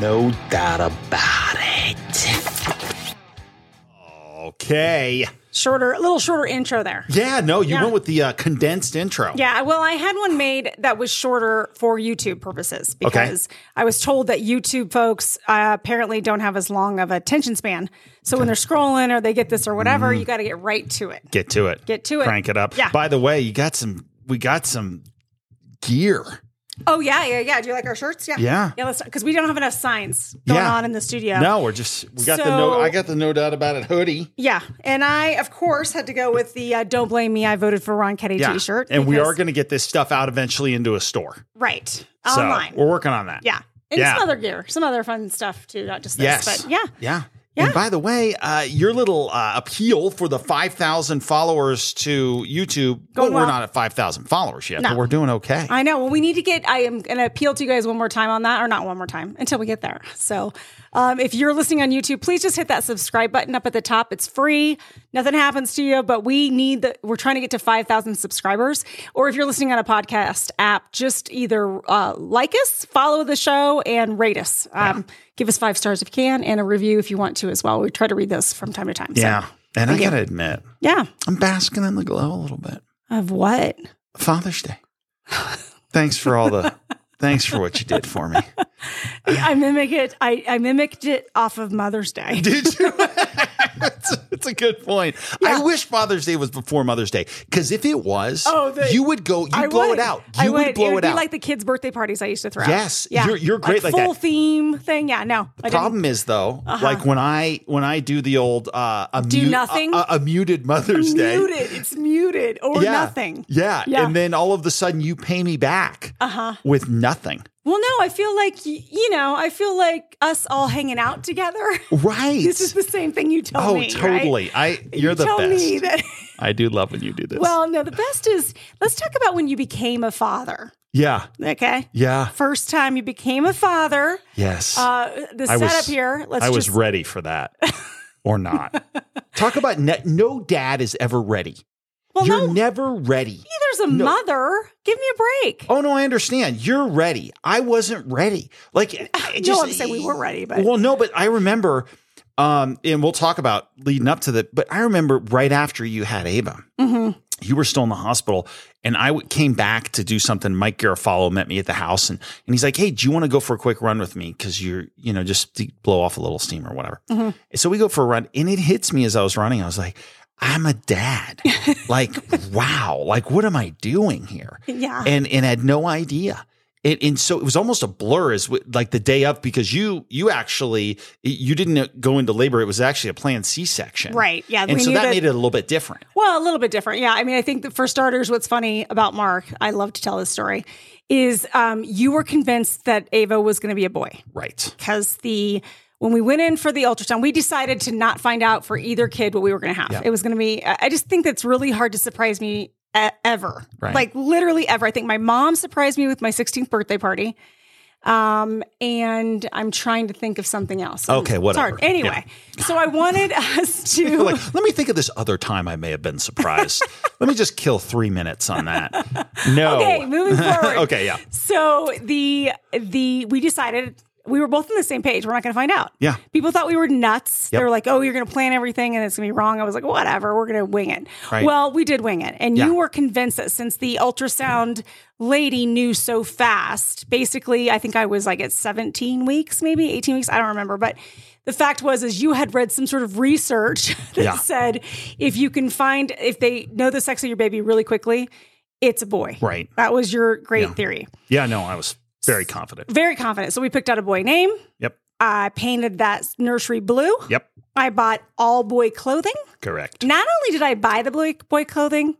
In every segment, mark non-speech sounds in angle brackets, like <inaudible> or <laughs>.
No doubt about it. Okay. Shorter, a little shorter intro there. Yeah, no, you Yeah. went with the uh, condensed intro. Yeah, well, I had one made that was shorter for YouTube purposes because I was told that YouTube folks uh, apparently don't have as long of a attention span. So when they're scrolling or they get this or whatever, Mm. you got to get right to it. Get to it. Get to it. Crank it up. Yeah. By the way, you got some, we got some gear. Oh yeah, yeah, yeah. Do you like our shirts? Yeah, Yeah. yeah. Let's because we don't have enough signs going Yeah. on in the studio. No, we're just, we got the So- no, I got the no doubt about it hoodie. Yeah, and I of course had to go with the uh, "Don't blame me, I voted for Ron Ketty" Yeah. T-shirt, And we because- are going to get this stuff out eventually into a store. right So online. we're working on that. yeah, and Yeah. some other gear, some other fun stuff too, not just this. Yes. But yeah, Yeah. Yeah. And by the way, uh, your little uh, appeal for the 5,000 followers to YouTube, well, Going we're well. not at 5,000 followers yet, No. but we're doing okay. I know. Well, we need to get. I am going to appeal to you guys one more time on that, or not one more time until we get there. So, um, if you're listening on YouTube, please just hit that subscribe button up at the top. It's free. Nothing happens to you, but we need the. We're trying to get to five thousand subscribers. Or if you're listening on a podcast app, just either uh, like us, follow the show, and rate us. Um, Give us five stars if you can, and a review if you want to as well. We try to read those from time to time. So, yeah. And I got to admit, yeah. I'm basking in the glow a little bit. Of what? Father's <laughs> Day. Thanks for all the thanks for what you did for me. I mimic it. I, I mimicked it off of Mother's <laughs> Day. Did you? <laughs> it's, it's a good point. I wish Father's Day was before Mother's Day because if it was, Oh, the- you would go, you blow it out. You I would. blow it, would be out. like the kids' birthday parties I used to throw. Yes. You're- you're great like full that. theme thing. Yeah, no, I didn't. Problem is though, like when I when I do the old uh, a Uh-huh. Do mute- nothing? a, a- a muted Mother's Day, Muted. It's muted or yeah, nothing. yeah. Yeah. Uh-huh. and then all of a sudden you pay me back with nothing, Well, no, I feel like y- you know. I feel like us all hanging out together. <laughs> right? this is the same thing you tell oh, me. right? totally. I you're the tell best. me that. <laughs> I do love when you do this. Well, no, the best is let's talk about when you became a father. yeah, Okay. yeah, First time you became a father. yes. Uh, the I setup was- here. Let's I was just ready for that or <laughs> not. Talk about ne- no dad is ever ready. well, You're no, never ready. there's a mother. Give me a break. Oh no, I understand. You're ready. I wasn't ready. <laughs> Like I No, just, I'm saying we weren't ready, but- well, no, but I remember, um, and we'll talk about leading up to that. But I remember right after you had Ava, you were still in the hospital, and I w- came back to do something. Mike Garofalo met me at the house, and and he's like, "Hey, do you want to go for a quick run with me? Because you're, you know, just to blow off a little steam or whatever." Mm-hmm. And So we go for a run, and it hits me as I was running. I was like. I'm a dad. <laughs> like, wow. Like, what am I doing here? Yeah. and and had no idea. And, and so it was almost a blur as w- like the day up because you you actually you didn't go into labor. It was actually a planned C section, Right, yeah, and we so knew that, that- made it a little bit different. Well, a little bit different. Yeah. I mean, I think that for starters, what's funny about Mark, I love to tell this story, is um, you were convinced that Ava was going to be a boy Right. because the when we went in for the ultrasound, we decided to not find out for either kid what we were going to have. It was going to be. I I just think that's really hard to surprise me e- ever, Right. like literally ever. I think my mom surprised me with my 16th birthday party, um, and I'm trying to think of something else. Okay, It's whatever. hard. Anyway, so I wanted <laughs> us to You're <laughs> like, let me think of this other time I may have been surprised. let me just kill three minutes on that. No. Okay, moving <laughs> forward. Okay, yeah. So the the we decided we were both on the same page. We're not going to find out. Yeah. People thought we were nuts. Yep. They were like, "Oh, you're going to plan everything and it's going to be wrong." I was like, "Whatever, we're going to wing it." Right. Well, we did wing it, and Yeah. you were convinced that since the ultrasound lady knew so fast, basically, I think I was like at 17 weeks, maybe 18 weeks. I don't remember, but. The fact was, is you had read some sort of research <laughs> that Yeah. said if you can find if they know the sex of your baby really quickly, it's a boy. Right. That was your great Yeah. theory. Yeah. No, I was very confident. Very confident. So we picked out a boy name. Yep. I painted that nursery blue. Yep. I bought all boy clothing. Correct. Not only did I buy the boy, boy clothing,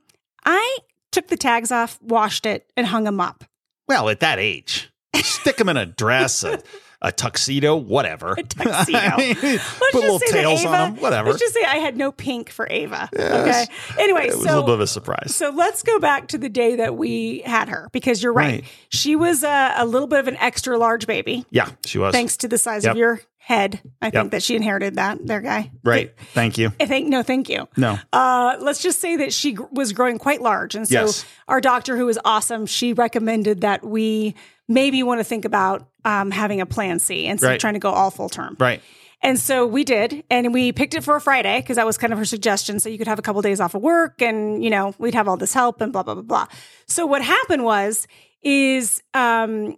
I took the tags off, washed it, and hung them up. Well, at that age, stick them in a dress, a, a tuxedo, whatever. A <laughs> tuxedo. Let's put little just say that tails on Ava- them, whatever. Let's just say I had no pink for Ava. Okay. Anyway, it was a so little bit of a surprise. So let's go back to the day that we had her because you're right. Right. She was a, a little bit of an extra large baby, yeah, she was. thanks to the size Yep. of your head. I think that she inherited that, their guy. Right. Thank you. I think, no, Eh, thank you. No. Uh, let's just say that she gr- was growing quite large. And so Yes. our doctor, who is awesome, she recommended that we maybe want to think about um, having a plan C instead Right. of trying to go all full term. Right. And so we did, and we picked it for a Friday because that was kind of her suggestion. So you could have a couple days off of work, and you know we'd have all this help and blah blah blah blah. So what happened was is um,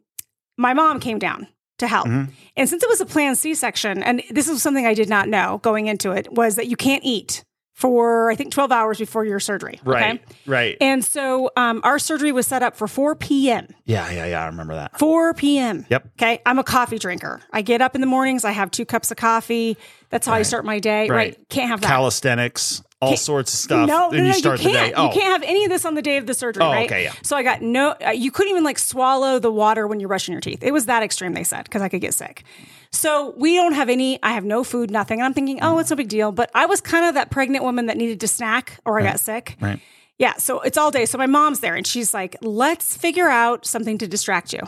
my mom came down to help, Mm-hmm. and since it was a planned C section, and this was something I did not know going into it was that you can't eat for I think twelve hours before your surgery. Right. Okay? Right. And so um, our surgery was set up for four p.m. yeah. Yeah. Yeah. I remember that. 4 p.m. Yep. Okay. I'm a coffee drinker. I get up in the mornings. I have two cups of coffee. That's how I start my day. Right. Right. Can't have that. Calisthenics, all sorts of stuff. No, Then no, no, you you, start the day. can't. Oh, You can't have any of this on the day of the surgery, Oh, right? okay, yeah. So I got no. Uh, you couldn't even like swallow the water when you're brushing your teeth. It was that extreme, they said, because I could get sick. So we don't have any. I have no food, nothing. And I'm thinking, oh, it's no big deal. But I was kind of that pregnant woman that needed to snack, or I got sick. Right. Yeah. So it's all day. So my mom's there, and she's like, "Let's figure out something to distract you."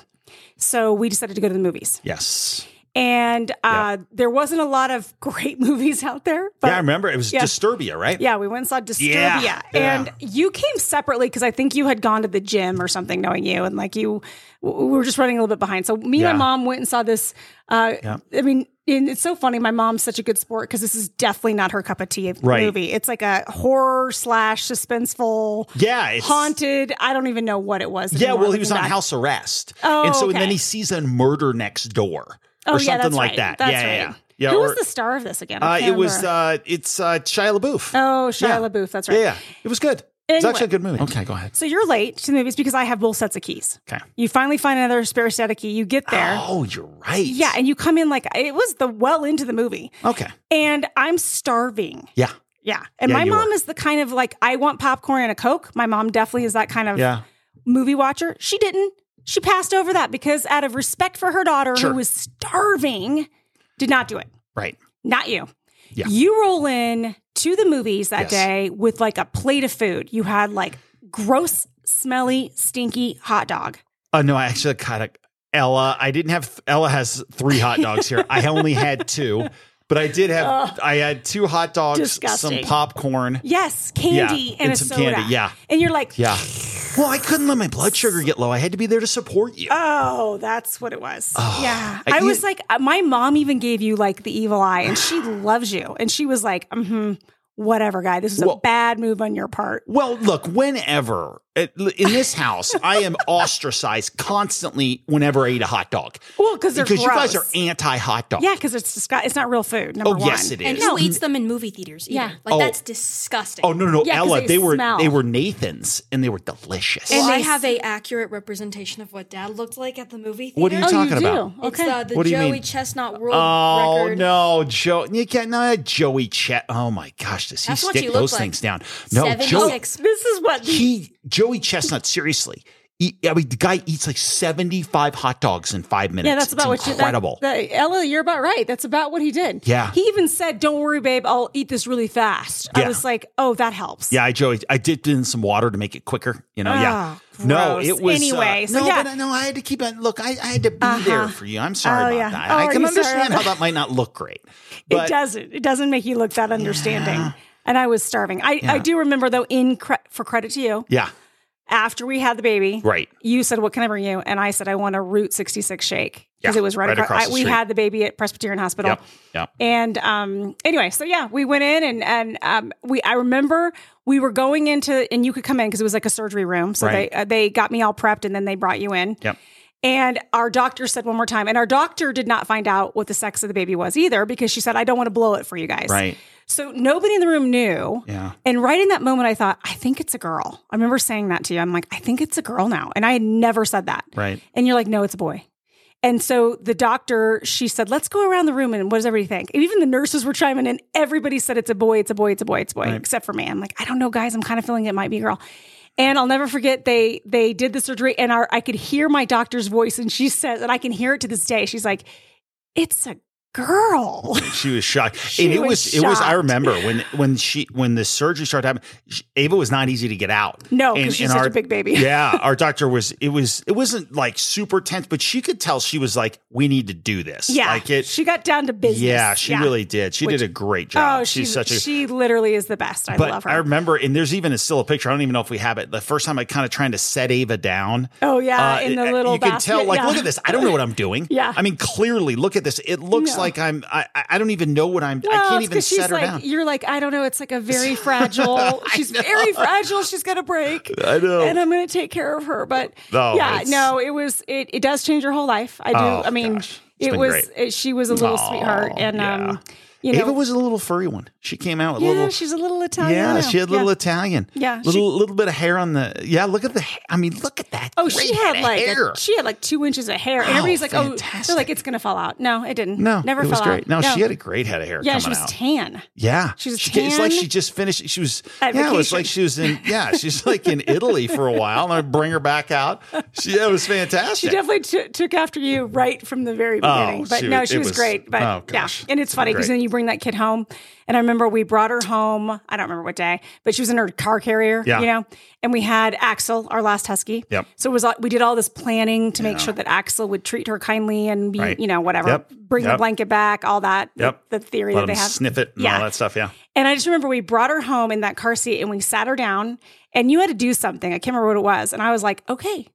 So we decided to go to the movies yes. and uh, there wasn't a lot of <laughs> great movies out there. But Yeah, I remember it was Yeah. Disturbia, right? Yeah, we went and saw Disturbia, Yeah, yeah. and you came separately because I think you had gone to the gym or something, knowing you, and like you, w- we were just running a little bit behind. So me Yeah. and my mom went and saw this. Uh, I mean, and it's so funny. My mom's such a good sport because this is definitely not her cup of tea of Right. movie. It's like a horror slash suspenseful. Yeah, it's- haunted. I don't even know what it was. Yeah, anymore, well, he was looking on back. house arrest. Oh, and so and okay. then he sees a murder next door or Oh, something yeah, that's like right. that. That's yeah, yeah, right. yeah. Who or, was the star of this again? I Uh, can't it was, remember. uh, it's uh, Shia LaBeouf. Oh, Shia yeah. LaBeouf. That's yeah, right. yeah. It was good. It's Anyway. actually a good movie. Okay, go ahead. So you're late to the movies because I have both sets of keys. Okay. You finally find another spare set of key. You get there. Oh, you're right. Yeah, and you come in like it was the well into the movie, Okay. and I'm starving. Yeah. Yeah, and Yeah, my you mom are. is the kind of like I want popcorn and a coke. My mom definitely is that kind of Yeah. movie watcher. She didn't. She passed over that because out of respect for her daughter Sure. who was starving, did not do it. Right. Not you. Yeah. You roll in to the movies that Yes. day with like a plate of food. You had like gross, smelly, stinky hot dog. Oh no, I actually got a Ella. I didn't have Ella has three hot dogs here. I only had two, but I did <laughs> have I had two hot dogs, Disgusting. some popcorn. Yes, candy Yeah, and, and a some soda. candy, yeah. and you're like, Yeah. Well, I couldn't let my blood sugar get low. I had to be there to support you. oh, that's what it was. yeah, Oh, I- I, was you- like, uh, my mom even gave you like the evil eye, and <sighs> she loves you, and she was like, hmm whatever, guy, this was Well- a bad move on your part. Well, look, whenever at- in <laughs> this house, I am ostracized constantly whenever I eat a hot dog. Well, because they're Because you gross. guys are anti hot dog. yeah, because it's disgu- it's not real food. Number Oh, one. yes, it is. And No. who eats them in movie theaters? Either. Yeah. like Oh. that's disgusting. Oh no, no, no, Yeah, 'cause Ella. They, they were smell. they were Nathan's and they were delicious. Well, And I they- have a accurate representation of what Dad looked like at the movie theater. What are you Oh, talking you about? do. It's Okay. uh, the What do you Joey mean? Chestnut World Oh Record. no, Joe! You can't no Joey Chet. Oh my gosh, does he That's what stick you look those like. things down? No, Joey. 76. Oh, This is what the He Joey Chestnut. Seriously, he, I mean, the guy eats like seventy-five hot dogs in five minutes. Yeah, that's It's about what incredible. you. That, that, Ella, you're about right. That's about what he did. Yeah. He even said, "Don't worry, babe. I'll eat this really fast." Yeah. I was like, "Oh, that helps." yeah, I Joey. I dipped in some water to make it quicker. You know, yeah. Oh, No, gross. it was uh, Anyway, so no, yeah. Uh-huh. but I- no, I had to keep it. Look, I, I had to be there for you. I'm sorry Oh, about yeah. that. Oh, I are can you sorry understand about how that might not look great. it But doesn't. It doesn't make you look that understanding. And I was starving. I, I do remember though. In cre- for credit to you, <laughs> yeah, after we had the baby, Right. You said, "What can I bring you?" And I said, "I want a Route 66 shake because Yeah, it was right, right acro- across I, the we street. had the baby at Presbyterian Hospital. Yep, yep. And um, anyway, so yeah, we went in and and um, we I remember we were going into and you could come in because it was like a surgery room. So Right. they uh, they got me all prepped and then they brought you in. Yep. And our doctor said one more time, and our doctor did not find out what the sex of the baby was either because she said, "I don't want to blow it for you guys." Right. So nobody in the room knew. Yeah. And right in that moment, I thought, I think it's a girl. I remember saying that to you. I'm like, I think it's a girl now. And I had never said that. Right. And you're like, no, it's a boy. And so the doctor, she said, let's go around the room and what does everybody think? And even the nurses were chiming in. Everybody said, it's a boy, it's a boy, it's a boy, it's a boy, except for me. I'm like, I don't know, guys. I'm kind of feeling it might be a girl. And I'll never forget they they did the surgery and our I could hear my doctor's voice and she said and I can hear it to this day. She's like, it's a <laughs> girl. She was shocked. and it was, was it was I shocked. remember when when she when the surgery started happening, she, Ava was not easy to get out. No, 'cause And- she's and such our- a big baby. <laughs> yeah, our doctor was it was it wasn't like super tense, but she could tell she was like, We need to do this. Yeah. Like it she got down to business. Yeah, she really did. She Which- did a great job. Oh, she's such a she literally is the best. I but love her. I remember, and there's even a, still a picture. I don't even know if we have it. The first time I kind of trying to set Ava down. uh, Oh, yeah, in the it- little You can basket, tell, like, yeah. look at this. I don't know what I'm doing. <laughs> Yeah. I mean, clearly, look at this. It looks No. like I'm. I, I I don't even know what I'm. Well, I can't it's even 'cause she's set her like, down. You're like, I don't know. It's like a <laughs> very fragile. She's very fragile. She's got a break. I know. And uh, I'm going to take care of her. But No, yeah, it's- no, it was, it, it does change your whole life. I do. Oh, I mean, gosh. It's it been was, great. it- she was a little sweetheart. And, um, you know, Ava was a little furry one. She came out with yeah, little. she's a little Italian. yeah, she had Yeah. little Italian. Yeah, little she- little bit of hair on the. Yeah, look at the. ha- I mean, look at that. Oh, she great head had of like hair. a, she had like two inches of hair. And everybody's like, oh, they're fantastic. like, it's going to fall out. No, it didn't. no, never it was fell great. No, out. she had a great head of hair. yeah, coming she was out. tan. Yeah, She was ca- It's like tan. she just finished. She was At yeah. It was vacation. like she was in yeah. She's like in Italy for a while, and I bring her back out. She that was She fantastic. definitely t- took after you right from the very beginning. but she no, was- she it was, was- great. But oh, gosh. yeah, and it's funny because Great. then you bring that kid home, and I remember we brought her home. I don't remember what day, but she was in her car carrier, Yeah. you know. And we had Axel, our last husky. Yep. So it was all- we did all this planning to make sure that Axel would treat her kindly and be, Right. you know, whatever, Yep. bring the Yep. blanket back, all that. the- Yep. The, theory Let that them they have. sniff it and Yeah. all that stuff. Yeah, And I just remember we brought her home in that car seat and we sat her down and you had to do something. I can't remember what it was. And I was like, okay,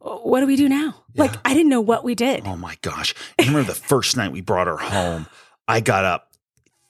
what do we do now? Like, I didn't know what we did. Oh my gosh! I remember the first night we brought her home. I got up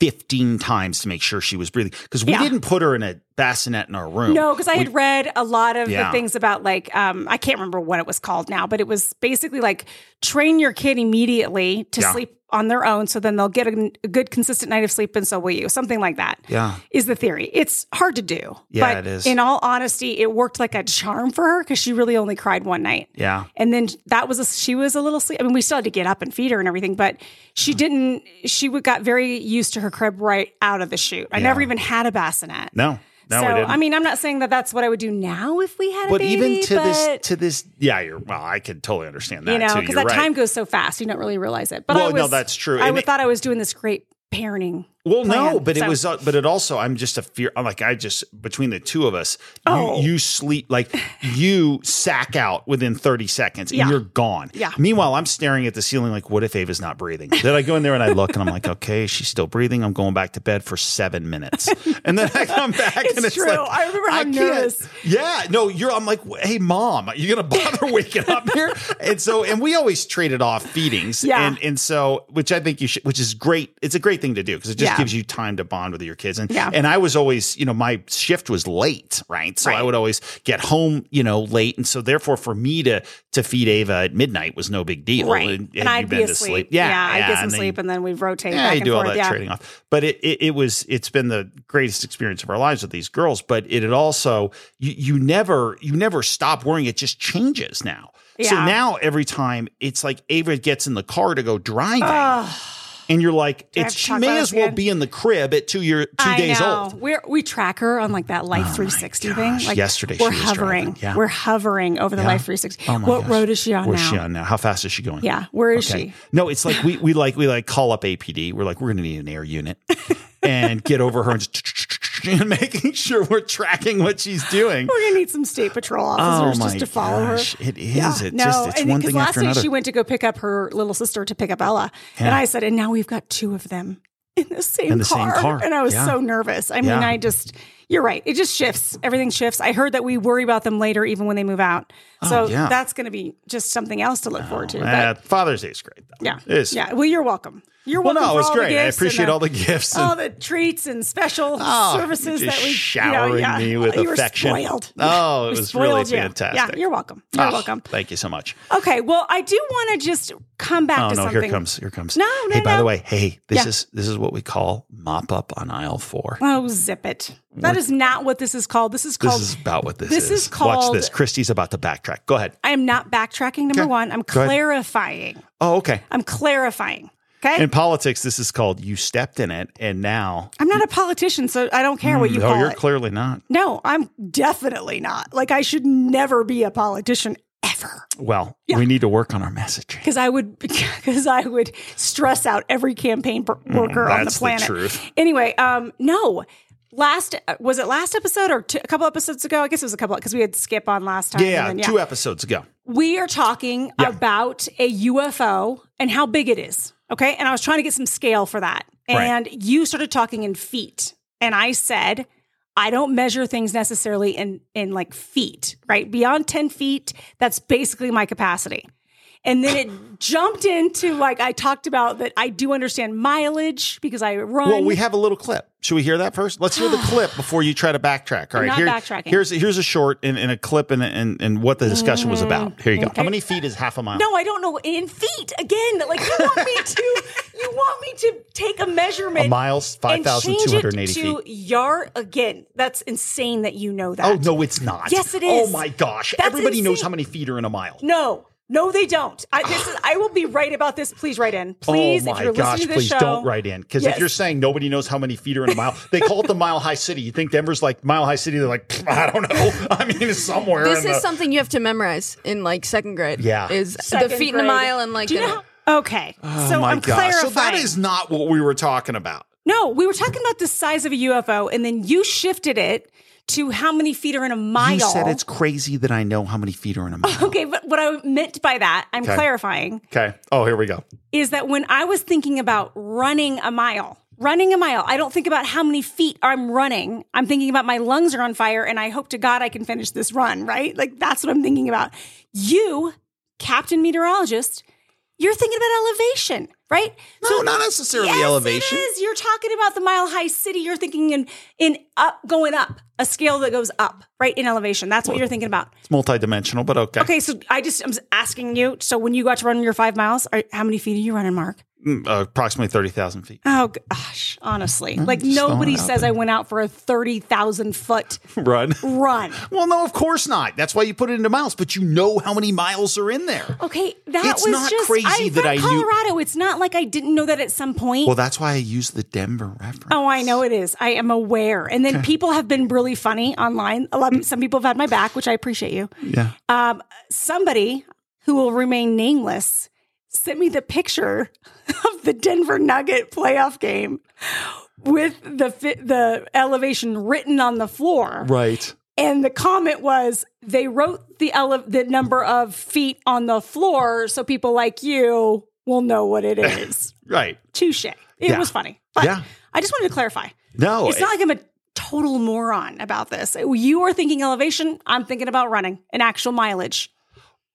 fifteen times to make sure she was breathing because we Yeah. didn't put her in a bassinet in our room. No, because I had read a lot of Yeah. the things about like um, I can't remember what it was called now, but it was basically like train your kid immediately to Yeah. sleep on their own, so then they'll get a, a good consistent night of sleep, and so will you. Something like that. Yeah. is the theory. It's hard to do. Yeah, but it is. In all honesty, it worked like a charm for her because she really only cried one night. Yeah. And then that was a, she was a little sleep. I mean, we still had to get up and feed her and everything, but Uh-huh. she didn't. She would- got very used to her crib right out of the chute. I never even had a bassinet no, no, so we didn't. I mean, I'm not saying that that's what I would do now if we had a but baby, even to but, this, to this, yeah, you're well. I could totally understand that you know, too. because You're that right. time goes so fast, you don't really realize it. But I Well, was, no, that's true. I And would- it- thought I was doing this great parenting. Well, no, plan. but So- it was, uh, but it also, I'm just a fear. I'm like, I just, between the two of us, Oh. you, you sleep, like you sack out within 30 seconds and Yeah. you're gone. Yeah. Meanwhile, I'm staring at the ceiling, like, what if Ava's not breathing? Then I go in there and I look and I'm like, okay, she's still breathing. I'm going back to bed for seven <laughs> minutes. And then I come back and it's true. like, I remember how can't- nervous. Yeah. No, you're, I'm like, hey, mom, are you going to bother <laughs> waking up here? And so, and we always traded off feedings. Yeah. And, and so, which I think you should, which is great. It's a great thing to do because it just Yeah. gives you time to bond with your kids. And Yeah. and I was always, you know, my shift was late, right? So I Right. would always get home, you know, late, and so therefore for me to to feed Ava at midnight was no big deal. Right. And, And, had you I'd be been to asleep. sleep. Yeah. I'd get and some then sleep you- and then we'd rotate yeah, back you and do all forth. that yeah. trading off, but it, it it was it's been the greatest experience of our lives with these girls. But it, had also you you never you never stop worrying. It just changes now. So Yeah. now every time it's like Ava gets in the car to go driving, and you're like, I it's have she chocolate may on as well again? be in the crib at two year two I days know. old. Oh We're, we track her on like that Life 360 gosh. thing. Like Yesterday she we're was hovering. driving. Yeah. We're hovering over the Life 360. Oh my what gosh. road is she on Where's now? she on now? How fast is she going? Yeah, where is she? No, it's like we we like we like call up APD. We're like we're gonna need an air <laughs> unit and get over her and just <laughs> and making sure we're tracking what she's doing. We're gonna need some state patrol officers just to follow her. Oh gosh, it is. It just it's and one 'cause thing last after night another. she went to go pick up her little sister to pick up Ella, and Yeah. I said, and now we've got two of them in the same, In the same car. car, and I was yeah. so nervous. I mean, Yeah. I just, you're right, it just shifts. Everything shifts. I heard that we worry about them later, even when they move out. So Oh, yeah. that's going to be just something else to look forward to. But Eh, Father's Day is great though. yeah, It's- yeah. Well, you're welcome. You're Well, welcome. no, for it was all the great. I gifts and appreciate all the gifts. and- all the treats and special Oh, services you're just that we showering you know, yeah. me with you affection. Were spoiled. Oh, it We was really spoiled you. fantastic. Yeah, you're welcome. You're Ah, welcome. Thank you so much. Okay, well, I do want to just come back Oh to no, something. here comes, here comes. No, no, Hey, by no. the way, hey, this Yeah. is this is what we call mop up on aisle four. Oh, zip it. That is not what this is called. This is This called. is about what this, Oh, this is called- Watch this. Christy's about to backtrack. Go ahead. I am not backtracking. Number Okay. one, I'm Go ahead. clarifying. Oh, okay. I'm clarifying. Okay, In politics, this is called you stepped in it, and now I'm not a politician, so I don't care what you Mm, no, call you're it. clearly not. no, I'm definitely not. Like I should never be a politician ever. suffer. Well, we need to work on our messaging. because I would <laughs> because I would stress out every campaign per- worker Mm, on the that's the planet. truth. Anyway, um, no. Last uh, was it last episode or two, a couple episodes ago? I guess it was a couple because we had skip on last time. and Yeah, then, two episodes ago. we are talking about a UFO and how big it is. Okay, and I was trying to get some scale for that, Right. and you started talking in feet, and I said. I don't measure things necessarily in in like feet, right? Beyond 10 feet, that's basically my capacity. And <laughs> then it jumped into like I talked about that I do understand mileage because I run. Well, we have a little clip. Should we hear that first? Let's <gasps> hear the clip before you try to backtrack. All right, not here- backtracking. here's here's a short and, and a clip and, and and what the discussion was about. Here you go. How many feet is half a mile? Mm, no, I don't know in feet again. Like you <laughs> want me to you want me to take a measurement a mile's five and thousand change two it hundred eighty feet. to yard again. That's insane that you know that. Oh no, it's not. Yes, it Oh is. my gosh! That's Everybody knows insane. how many feet are in a mile. no, no, they don't. I, this is, I will be right about this. Please write in. Please, oh my if you're gosh! listening to please this show, don't write in because Yes. if you're saying nobody knows how many feet are in a mile, they call it the Mile High City. You think Denver's like Mile High City? They're like "Pfft, I don't know. <laughs> I mean, it's somewhere. This in is the- something you have to memorize in like second grade. Yeah. is the Second feet in grade. a mile and like Do you the- know how- Okay, so I'm clarifying. Oh, So that is not what we were talking about. no. We were talking about the size of a UFO, and then you shifted it to how many feet are in a mile. You said it's crazy that I know how many feet are in a <laughs> mile. okay, but what I meant by that, I'm Okay. clarifying. okay. Oh, here we go. is that when I was thinking about running a mile, running a mile, I don't think about how many feet I'm running. I'm thinking about my lungs are on fire and I hope to God I can finish this run, right? Like that's what I'm thinking about. You, Captain Meteorologist, you're thinking about elevation, right? No, not necessarily Oh, Yes, it elevation. is. You're talking about the mile high city. You're thinking in in up going up, a scale that goes up, right? In elevation. That's what you're thinking about. It's multidimensional, but okay. Okay, so I just I'm asking you. So when you got to run your five miles, are, how many feet are you running, Mark? Mm, uh, approximately 30,000 feet. Oh gosh, honestly, like just throwing nobody it out says there. I went out for a thirty thousand foot <laughs> Run. run. Well, no, of course not. That's why you put it into miles, but you know how many miles are in there. Okay, that It's was not just crazy I'm that from I knew- Colorado. It's not like I didn't know that at some point. Well, that's why I use the Denver reference. Oh, I know it is. I am aware. And then people have been really funny online. A lot of, some people have had my back, which I appreciate you. Yeah. Um, somebody who will remain nameless sent me the picture <laughs> of the Denver Nugget playoff game with the fi- the elevation written on the floor. Right. And the comment was they wrote the ele- the number of feet on the floor so people like you will know <laughs> what it is. Right. Touche. It Yeah. was funny. But Yeah. I just wanted to clarify. No. It's not like I'm a total moron about this. You are thinking elevation, I'm thinking about running an actual mileage.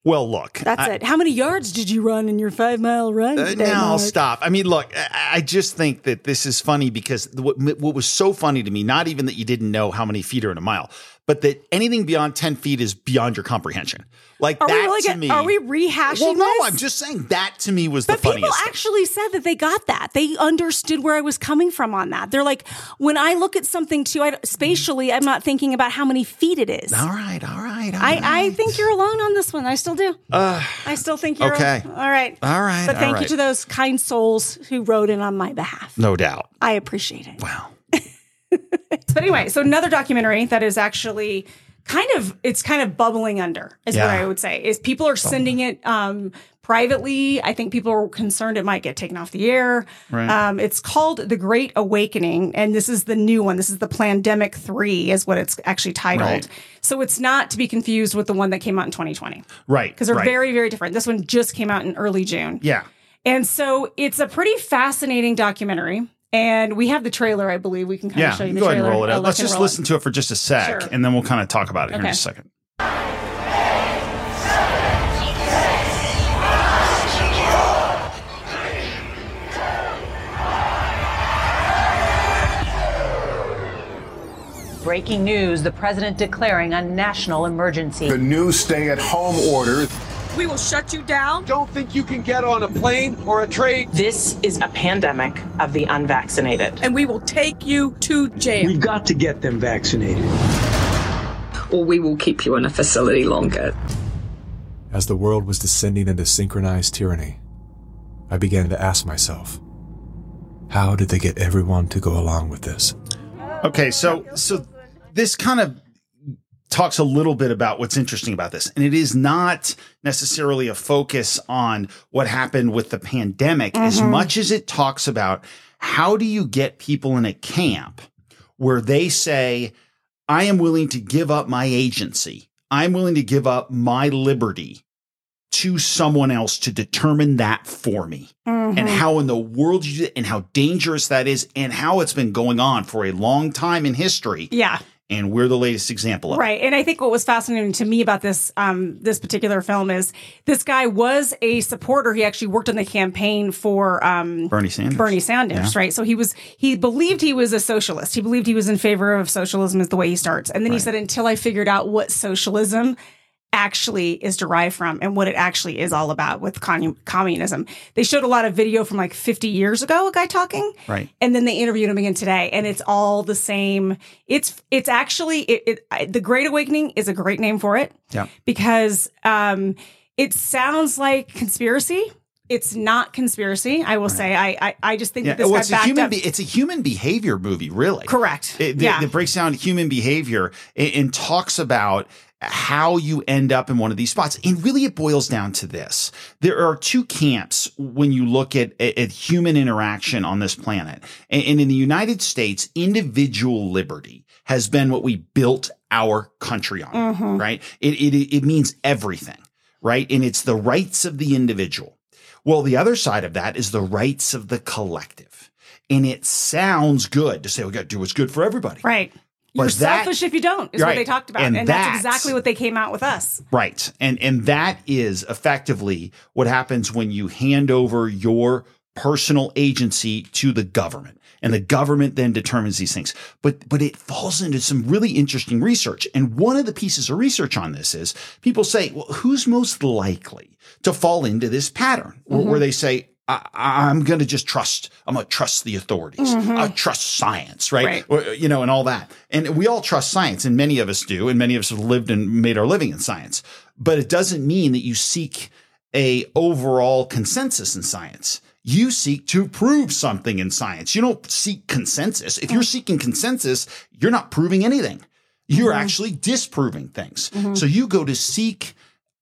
well, look. That's I- it. How many yards did you run in your 5-mile run? Uh, today, no, Mark? stop. I mean, look, I, I just think that this is funny because what, what was so funny to me, not even that you didn't know how many feet are in a mile, but that anything beyond 10 feet is beyond your comprehension. Like Are we that really to get- me. are we rehashing Well, no, this? I'm just saying that to me was But the funniest people thing. actually said that they got that. They understood where I was coming from on that. They're like, when I look at something too, I, spatially, I'm not thinking about how many feet it is. all right, all right. all right. Uh, I, I think you're alone on this one. I still do. I still think you're okay. All right. All right, But all thank right. you to those kind souls who wrote in on my behalf. no doubt. I appreciate it. Wow. But anyway, so another documentary that is actually kind of it's kind of bubbling under is what Yeah. I would say is people are sending it um, privately. I think people are concerned it might get taken off the air. Um, it's called The Great Awakening, and this is the new one. This is the Pandemic Three, is what it's actually titled. Right. So it's not to be confused with the one that came out in 2020 Right. because they're right. very very different. This one just came out in early June. Yeah. And so it's a pretty fascinating documentary. And we have the trailer, I believe. We can kind Yeah. of show you the Go ahead trailer. and roll it Oh, out. Let's can just roll it. listen to it for just a sec, Sure. and then we'll kind of talk about it here in Okay. a second. Breaking news the president declaring a national emergency. The new stay at home order. We will shut you down. don't think you can get on a plane or a train. This is a pandemic of the unvaccinated. And we will take you to jail. We've got to get them vaccinated. or we will keep you in a facility longer. As the world was descending into synchronized tyranny, I began to ask myself, how did they get everyone to go along with this? Okay, so so this kind of talks a little bit about what's interesting about this. And it is not necessarily a focus on what happened with the pandemic as Mhm. much as it talks about how do you get people in a camp where they say, I am willing to give up my agency, I'm willing to give up my liberty to someone else to determine that for me and how in the world you did, and how dangerous that is and how it's been going on for a long time in history yeah. and we're the latest example of it. Right. And I think what was fascinating to me about this um, this particular film is this guy was a supporter. He actually worked on the campaign for um, Bernie Sanders. Bernie Sanders, Yeah. right? So he was he believed he was a socialist. He believed he was in favor of socialism is the way he starts. And then he said, until I figured out what socialism actually is derived from and what it actually is all about with commun- communism. They showed a lot of video from like 50 years ago, a guy talking. Right. And then they interviewed him again today, and it's all the same. It's it's actually it, it I- the Great Awakening is a great name for it Yeah. because um, it sounds like conspiracy. It's not conspiracy. I will say I, I I just think Yeah, that this well, guy it's a backed human. up. Be- it's a human behavior movie, really. Correct. It, that- Yeah. that breaks down human behavior and, and talks about how you end up in one of these spots. And really, it boils down to this: there are two camps when you look at at, at human interaction on this planet. And, and in the United States, individual liberty has been what we built our country on. Mm-hmm. Mhm. Right. It, it it means everything. Right. And it's the rights of the individual. Well, the other side of that is the rights of the collective. And it sounds good to say we got to do what's good for everybody. Right. You're But that- selfish if you don't is what Right. they talked about, And and, that's- that's exactly what they came out with us. Right. And and that is effectively what happens when you hand over your personal agency to the government. And the government then determines these things. But but it falls into some really interesting research. And one of the pieces of research on this is people say, well, who's most likely to fall into this pattern where, where they say, I, I'm going to just trust. I'm going to trust the authorities. Mhm. I trust science, right? Right. Or, You know, and all that. And we all trust science, and many of us do, and many of us have lived and made our living in science. But it doesn't mean that you seek a overall consensus in science. You seek to prove something in science. You don't seek consensus. If you're seeking consensus, you're not proving anything. You're actually disproving things. So you go to seek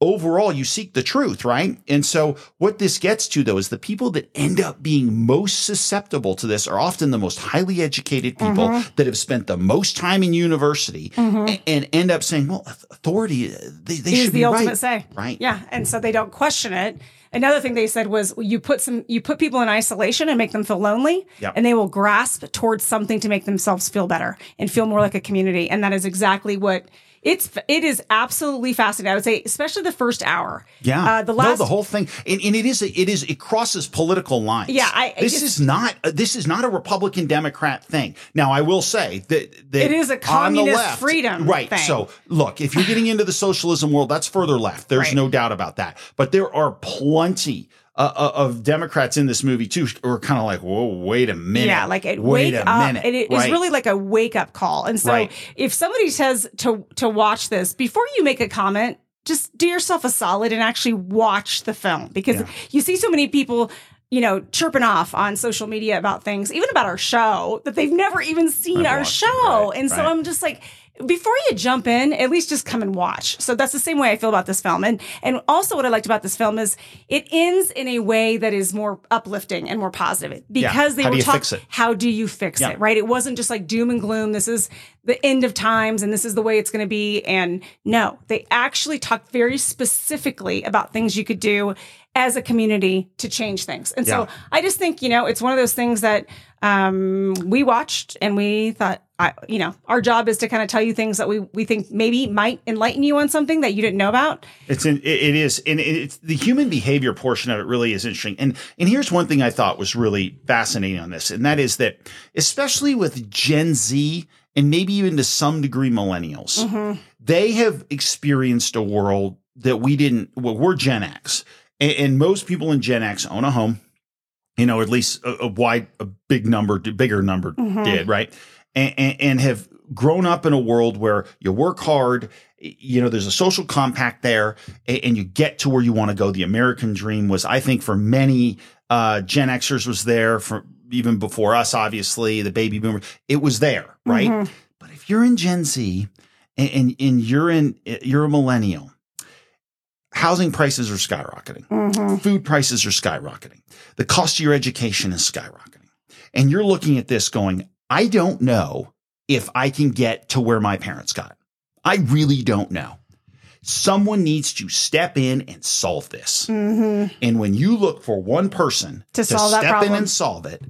overall you seek the truth right and so what this gets to though is the people that end up being most susceptible to this are often the most highly educated people Mm-hmm. Mhm. that have spent the most time in university Mhm. a- and end up saying well auth- authority uh, they, they It is should the be ultimate right. say, right Yeah, and so they don't question it. Another thing they said was you put some you put people in isolation and make them feel lonely, Yep. and they will grasp towards something to make themselves feel better and feel more like a community. And that is exactly what it's. It is absolutely fascinating. I would say, especially the first hour. yeah uh, the last no, the whole thing and, and it is it is it crosses political lines Yeah, I- I this just- is not uh, this is not a republican democrat thing now i will say that, that It is a on the communist left- freedom right thing. so look, if you're getting into the socialism world, that's further left. There's Right. no doubt about that. But there are plenty uh, uh, of Democrats in this movie too who are kind of like, "Whoa, wait a minute." Yeah, like it wait wake a up. minute. And it is Right. really like a wake up call. And so Right. if somebody says to to watch this, before you make a comment, just do yourself a solid and actually watch the film because you see so many people you know, chirping off on social media about things, even about our show, that they've never even seen I've our watched show. it, and so right. I'm just like, before you jump in, at least just come and watch. So that's the same way I feel about this film. And and also what I liked about this film is it ends in a way that is more uplifting and more positive Yeah. because they How do were you talking fix it? how do you fix Yeah. it right it wasn't just like doom and gloom this is the end of times and this is the way it's going to be and no they actually talked very specifically about things you could do as a community to change things and Yeah. so i just think you know it's one of those things that um, we watched and we thought I, you know our job is to kind of tell you things that we we think maybe might enlighten you on something that you didn't know about It's in, it, it is, and it- it's the human behavior portion of it really is interesting. And and here's one thing I thought was really fascinating on this, and that is that especially with Gen Z and maybe even to some degree millennials, Mhm. they have experienced a world that we didn't. Well, we're Gen X, and, and most people in Gen X own a home. You know, at least a, a wide, a big number, bigger number Mhm. did right, and, and and have grown up in a world where you work hard. You know, there's a social compact there, a- and you get to where you want to go. The American dream was, I think, for many uh, Gen Xers was there for even before us. Obviously, the baby boomers, it was there, right? Mhm. But if you're in Gen Z and, and, and you're in you're a millennial housing prices are skyrocketing Mhm. food prices are skyrocketing the cost of your education is skyrocketing and you're looking at this going i don't know if i can get to where my parents got it i really don't know someone needs to step in and solve this Mm-hmm. and when you look for one person To solve that step in problem. and solve it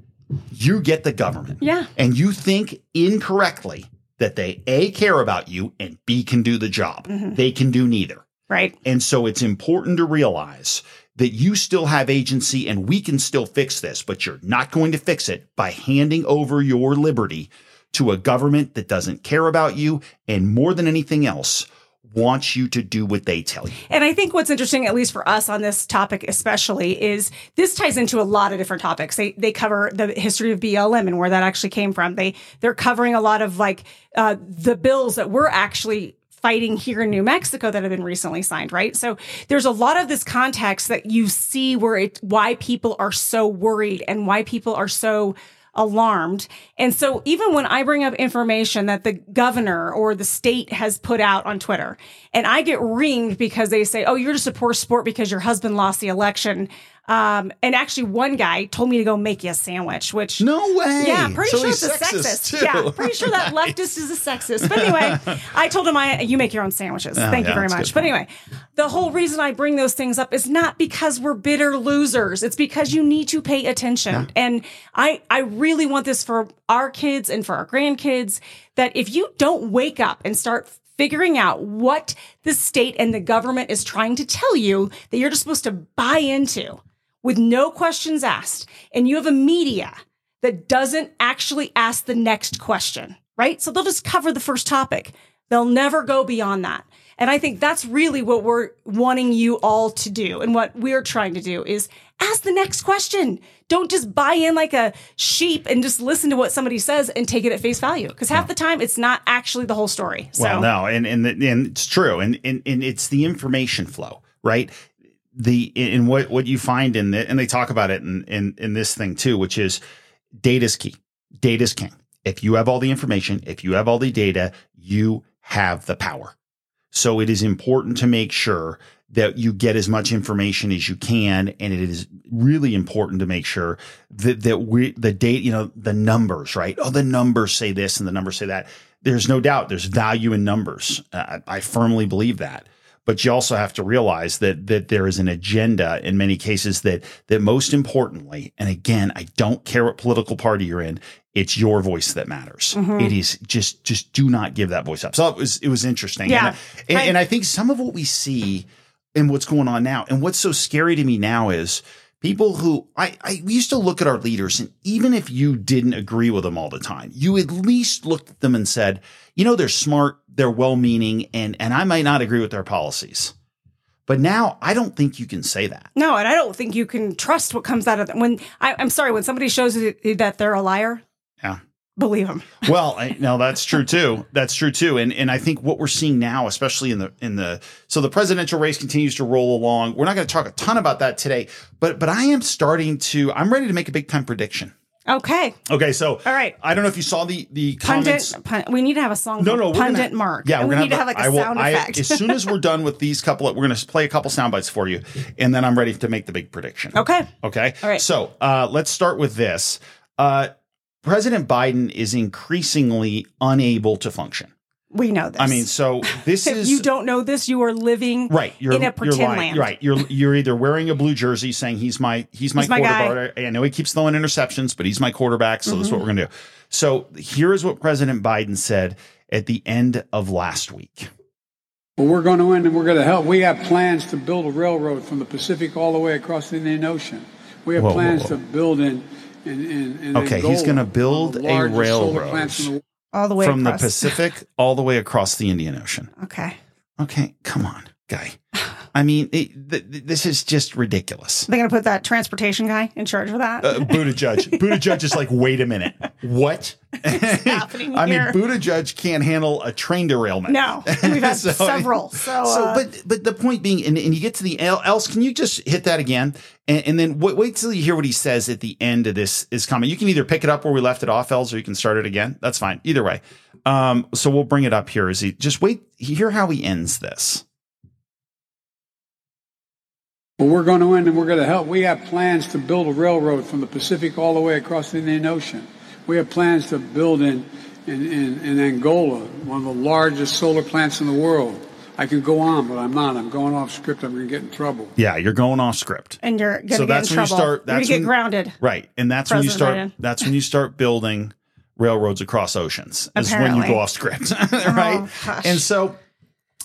you get the government Yeah. and you think incorrectly that they A care about you and B can do the job. Mhm. They can do neither. Right. And so it's important to realize that you still have agency and we can still fix this, but you're not going to fix it by handing over your liberty to a government that doesn't care about you and more than anything else wants you to do what they tell you. And I think what's interesting, at least for us on this topic especially, is this ties into a lot of different topics. They they cover the history of BLM and where that actually came from. They they're covering a lot of like uh, the bills that we're actually fighting here in New Mexico that have been recently signed, right? So there's a lot of this context that you see where it why people are so worried and why people are so alarmed. And so even when I bring up information that the governor or the state has put out on Twitter and I get reamed because they say, Oh, you're just a poor sport because your husband lost the election. Um, and actually one guy told me to go make you a sandwich, which No way. yeah, I'm pretty So sure he's it's a sexist, sexist. too. Yeah, I'm <laughs> pretty sure that leftist is a sexist. <laughs> But anyway, I told him I you make your own sandwiches. Oh, Thank yeah, you very that's much. good. But anyway, the whole reason I bring those things up is not because we're bitter losers. It's because you need to pay attention. And I I really want this for our kids and for our grandkids that if you don't wake up and start figuring out what the state and the government is trying to tell you that you're just supposed to buy into with no questions asked and you have a media that doesn't actually ask the next question, right? So they'll just cover the first topic. They'll never go beyond that. And I think that's really what we're wanting you all to do and what we're trying to do is ask the next question. Don't just buy in like a sheep and just listen to what somebody says and take it at face value because half the time it's not actually the whole story. So Well, no, and and and it's true, and and and it's the information flow, right? The and what what you find in the and they talk about it in in in this thing too, which is data is key. Data is king. If you have all the information, if you have all the data, you have the power. So it is important to make sure that you get as much information as you can, and it is really important to make sure that that we the date, you know, the numbers, right? Oh, the numbers say this and the numbers say that. There's no doubt there's value in numbers. Uh, I I firmly believe that. But you also have to realize that that there is an agenda in many cases that that most importantly, and again, I don't care what political party you're in, it's your voice that matters. Mhm. It is just just do not give that voice up. So it was it was interesting. Yeah. And I- and, and I think some of what we see and what's going on now and what's so scary to me now is people who I, I we used to look at our leaders and even if you didn't agree with them all the time you at least looked at them and said you know they're smart they're well meaning and and i might not agree with their policies but now i don't think you can say that No, and I don't think you can trust what comes out of them. When I, I'm sorry, when somebody shows you that they're a liar, yeah believe them. well, I, no, that's true too. That's true too. And and I think what we're seeing now, especially in the in the so the presidential race continues to roll along. We're not going to talk a ton about that today, but but I am starting to. I'm ready to make a big time prediction. Okay. Okay, so All right. I don't know if you saw the the Pundit, comments. pun, we need to have a song. No, no, called we're gonna- pundit mark. Yeah, And we're we gonna need to have like a I will- sound I- effect. as soon as we're done with these couple, of, we're going to play a couple sound bites for you, and then I'm ready to make the big prediction. okay, Okay. All right. So uh, let's start with this. Uh, President Biden is increasingly unable to function. we know this. I mean, so this if is <laughs> you don't know this, you are living right. You're in a pretend you're lying. land. Right. You're you're either wearing a blue jersey saying he's my he's my He's my guy. quarterback. I know he keeps throwing interceptions, but he's my quarterback. So that's what Mhm. we're gonna do. So here is what President Biden said at the end of last week. Well, we're going to win and we're going to help. We have plans to build a railroad from the Pacific all the way across the Indian Ocean. We have Whoa, whoa, plans whoa. to build in. in, in, in Okay, he's Angola, going to build one of the a largest solar railroad plants in the all the way from across. the <laughs> Pacific all the way across the Indian Ocean. Okay, Okay, come on, guy. I mean, it, th- th- this is just ridiculous. they're gonna put that transportation guy in charge of that. Uh, <laughs> Buttigieg. Buttigieg is like, wait a minute, what? <laughs> happening I mean, here. Buttigieg can't handle a train derailment. No, we've <laughs> had So- several. So, so, uh, but but the point being, and, and you get to the el- else. Can you just hit that again, and, and then wait, wait till you hear what he says at the end of this is comment. You can either pick it up where we left it off, Els, or you can start it again. That's fine. Either way, Um, so we'll bring it up here. Is he just wait? Hear how he ends this. Well, we're going to end and we're going to help. We have plans to build a railroad from the Pacific all the way across the Indian Ocean. We have plans to build in, in, in, in Angola, one of the largest solar plants in the world. I can go on, but I'm not. I'm going off script. I'm going to get in trouble. Yeah, you're going off script. And you're going to So get that's in when you trouble. start- You're that's gonna when- get grounded. Right. And that's when you President start Biden. that's when you start building railroads across oceans. Is when you Apparently. go off script. <laughs> right? and so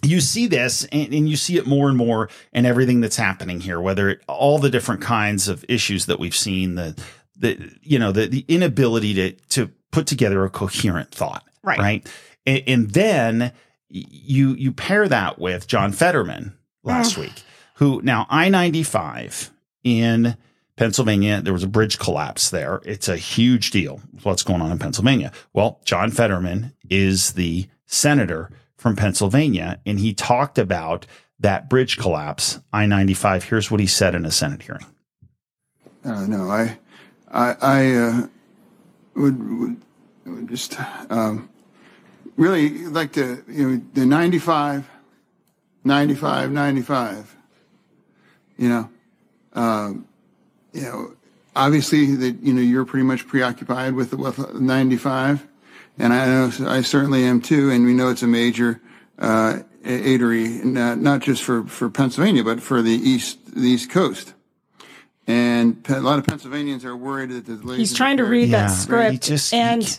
you see this and, and you see it more and more in everything that's happening here, whether it, all the different kinds of issues that we've seen, the the you know, the the inability to to put together a coherent thought. Right. Right. And, and then y- you you pair that with John Fetterman last Ugh. week, who now I ninety five in Pennsylvania. There was a bridge collapse there. It's a huge deal. What's going on in Pennsylvania? Well, John Fetterman is the senator from Pennsylvania, and he talked about that bridge collapse, I 95. Here's what he said in a Senate hearing. Uh, no, I, I, I uh, would, would, would just um, really like to, you know, the 95, 95, 95, you know, um, you know, obviously that, you know, you're pretty much preoccupied with the with 95. And I know I certainly am too. And we know it's a major, uh, a- aidery, not, not just for, for Pennsylvania, but for the East, the East Coast. And uh, pe- a lot of Pennsylvanians are worried that the delays He's in trying to repairs- read that script, and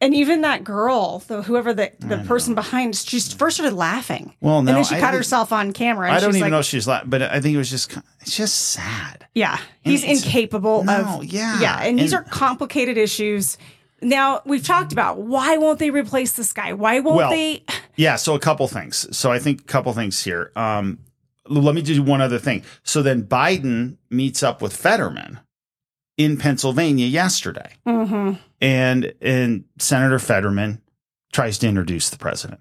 and even that girl, the whoever the, the person behind, she first started laughing. Well, no, and then she I caught don't- herself on camera. And I don't she's even like, know if she's la but I think it was just ki- it's just sad. Yeah, And he's it's- incapable No, of. yeah, yeah, and these and- are complicated issues. Now we've talked about why won't they replace this guy? Why won't Well, they? Yeah, so a couple things. So I think a couple things here. Um, l- let me do one other thing. So then Biden meets up with Fetterman in Pennsylvania yesterday, Mm-hmm. and and Senator Fetterman tries to introduce the president.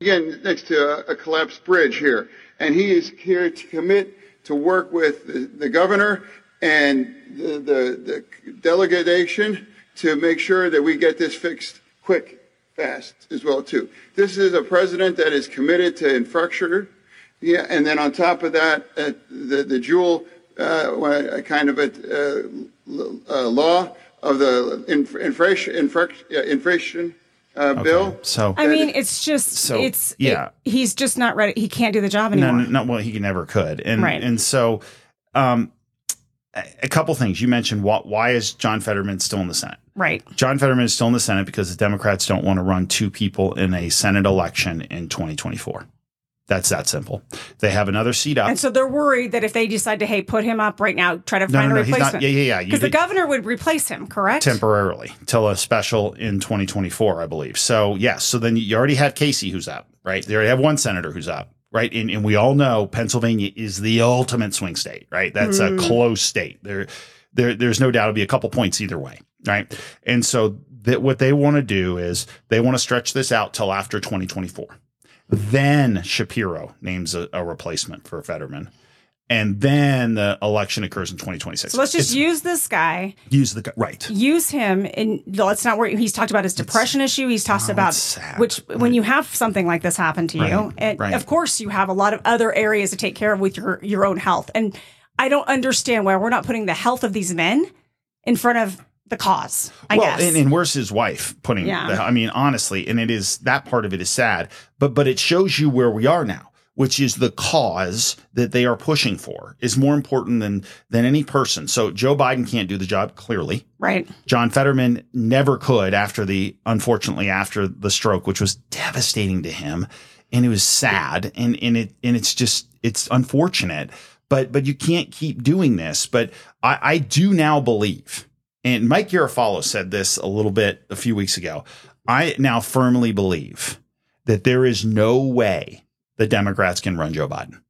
Again, next to a, a collapsed bridge here, and he is here to commit to work with the, the governor and the, the, the delegation to make sure that we get this fixed quick, fast as well too. This is a president that is committed to infrastructure, yeah, and then on top of that, uh, the the Jewel uh, wa- kind of a uh, l- uh, law of the inf- infration infraction, uh, infration uh, bill. So I mean, it's just So, it's yeah. it- he's just not ready. He can't do the job no, anymore. no, no, well, he never could, and Right. and so um, a, a couple things you mentioned. Why, why is John Fetterman still in the Senate? Right. John Fetterman is still in the Senate because the Democrats don't want to run two people in a Senate election in 2024. That's that simple. They have another seat up. And so they're worried that if they decide to, hey, put him up right now, try to No, find no, a no, he's not- replacement. yeah, yeah, yeah, you Because the did- governor would replace him, correct? temporarily till a special in 2024, I believe. So yes, so then you already had Casey who's out, right? They already have one senator who's out, right? And, and we all know Pennsylvania is the ultimate swing state, right? That's Mm. Mm-hmm. a close state. There, there, there's no doubt it'll be a couple points either way, right? And so that what they want to do is they want to stretch this out till after 2024. Then Shapiro names a, a replacement for Fetterman. And then the election occurs in 2026. So let's just It's- use this guy, use the gu- right. use him, and let's not worry. He's talked about his depression issue. He's talked about which when you have something like this happen to Right, you, and right. of course you have a lot of other areas to take care of with your your own health. And I don't understand why we're not putting the health of these men in front of the cause. I well, guess. And, and where's his wife putting? Yeah. The, I mean, honestly, and it is that part of it is sad, but but it shows you where we are now, which is the cause that they are pushing for is more important than than any person. So Joe Biden can't do the job clearly. right. John Fetterman never could after the unfortunately after the stroke, which was devastating to him, and it was sad, and and it and it's just it's unfortunate, but but you can't keep doing this. But I, I do now believe, and Mike Garofalo said this a little bit a few weeks ago. I now firmly believe that there is no way the Democrats can run Joe Biden.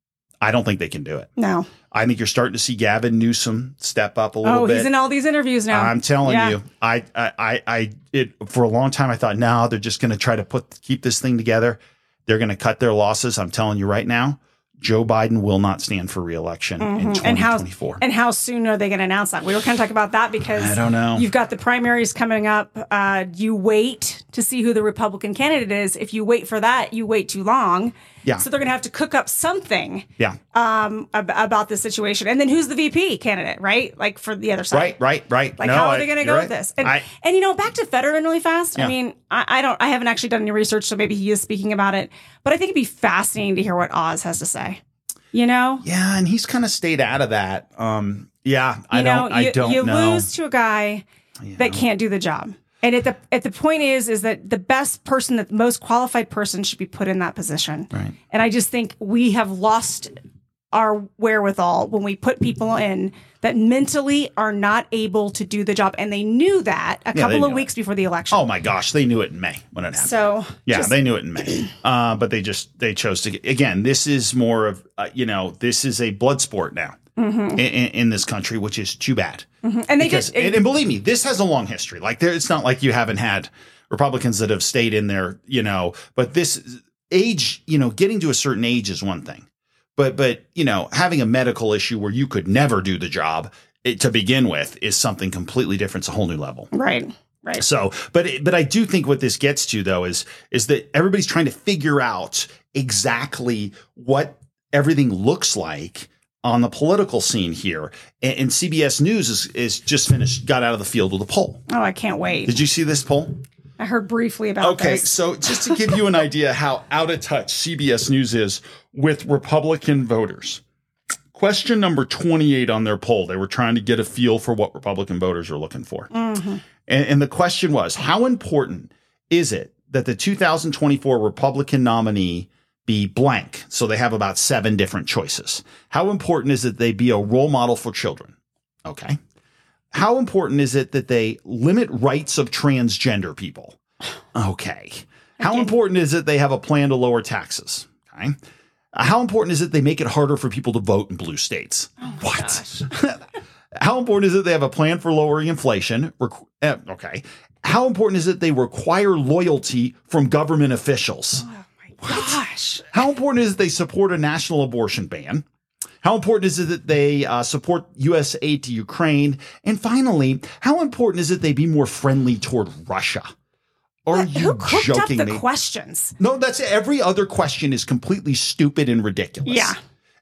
I don't think they can do it. No. I think you're starting to see Gavin Newsom step up a little Oh, bit. he's in all these interviews now. I'm telling Yeah. you, I, I, I, I, it for a long time. I thought, no, they're just going to try to put keep this thing together. They're going to cut their losses. I'm telling you right now, Joe Biden will not stand for reelection Mhm. in And how 2024. and how soon are they going to announce that? We were kind of talking about that because I don't know. You've got the primaries coming up. Uh, you wait to see who the Republican candidate is. If you wait for that, you wait too long. Yeah. So they're going to have to cook up something yeah. um, ab- about this situation. And then who's the VP candidate, right? Like for the other side. Right, right, right. Like, No, how I- are they going to you're go right. with this? And, I- and you know, back to Fetterman really fast. Yeah. I mean, I, I don't, I haven't actually done any research, so maybe he is speaking about it. But I think it'd be fascinating to hear what Oz has to say. You know, yeah, and he's kind of stayed out of that. Um, yeah, I you know, don't. I you, don't you know. lose to a guy that can't do the job. And at the at the point is is that the best person, the most qualified person, should be put in that position. Right. And I just think we have lost our wherewithal when we put people in that mentally are not able to do the job, and they knew that a they couple of knew weeks before the election. Oh my gosh, they knew it in May when it happened. So yeah, just- they knew it in May, uh, but they just they chose to. Again, this is more of uh, you know this is a blood sport now Mhm. in, in, in this country, which is too bad. Mhm. and they because, just and, and believe me, this has a long history. Like there, it's not like you haven't had Republicans that have stayed in there, you know. But this age, you know, getting to a certain age is one thing, but but you know, having a medical issue where you could never do the job eh, to begin with is something completely different. It's a whole new level, right, right. so, but it- but I do think what this gets to though is is that everybody's trying to figure out exactly what everything looks like on the political scene here. And, and CBS News is is just finished got out of the field with a poll. Oh, I can't wait. Did you see this poll? I heard briefly about okay, this. so just to give you an idea how out of touch CBS News is with Republican voters. Question number 28 on their poll. They were trying to get a feel for what Republican voters are looking for. Mhm. And, and the question was, how important is it that the 2024 Republican nominee be blank? So they have about seven different choices. How important is it they be a role model for children? Okay. How important is it that they limit rights of transgender people? Okay. How important is it they have a plan to lower taxes? Okay. Uh, How important is it they make it harder for people to vote in blue states? what? <laughs> How important is it they have a plan for lowering inflation? Requ- eh, okay. How important is it they require loyalty from government officials? Gosh. How important is it they support a national abortion ban? How important is it that they uh, support U.S. aid to Ukraine? And finally, how important is it they be more friendly toward Russia? Are you Who cooked up joking the me? questions? No, that's every other question is completely stupid and ridiculous. Yeah.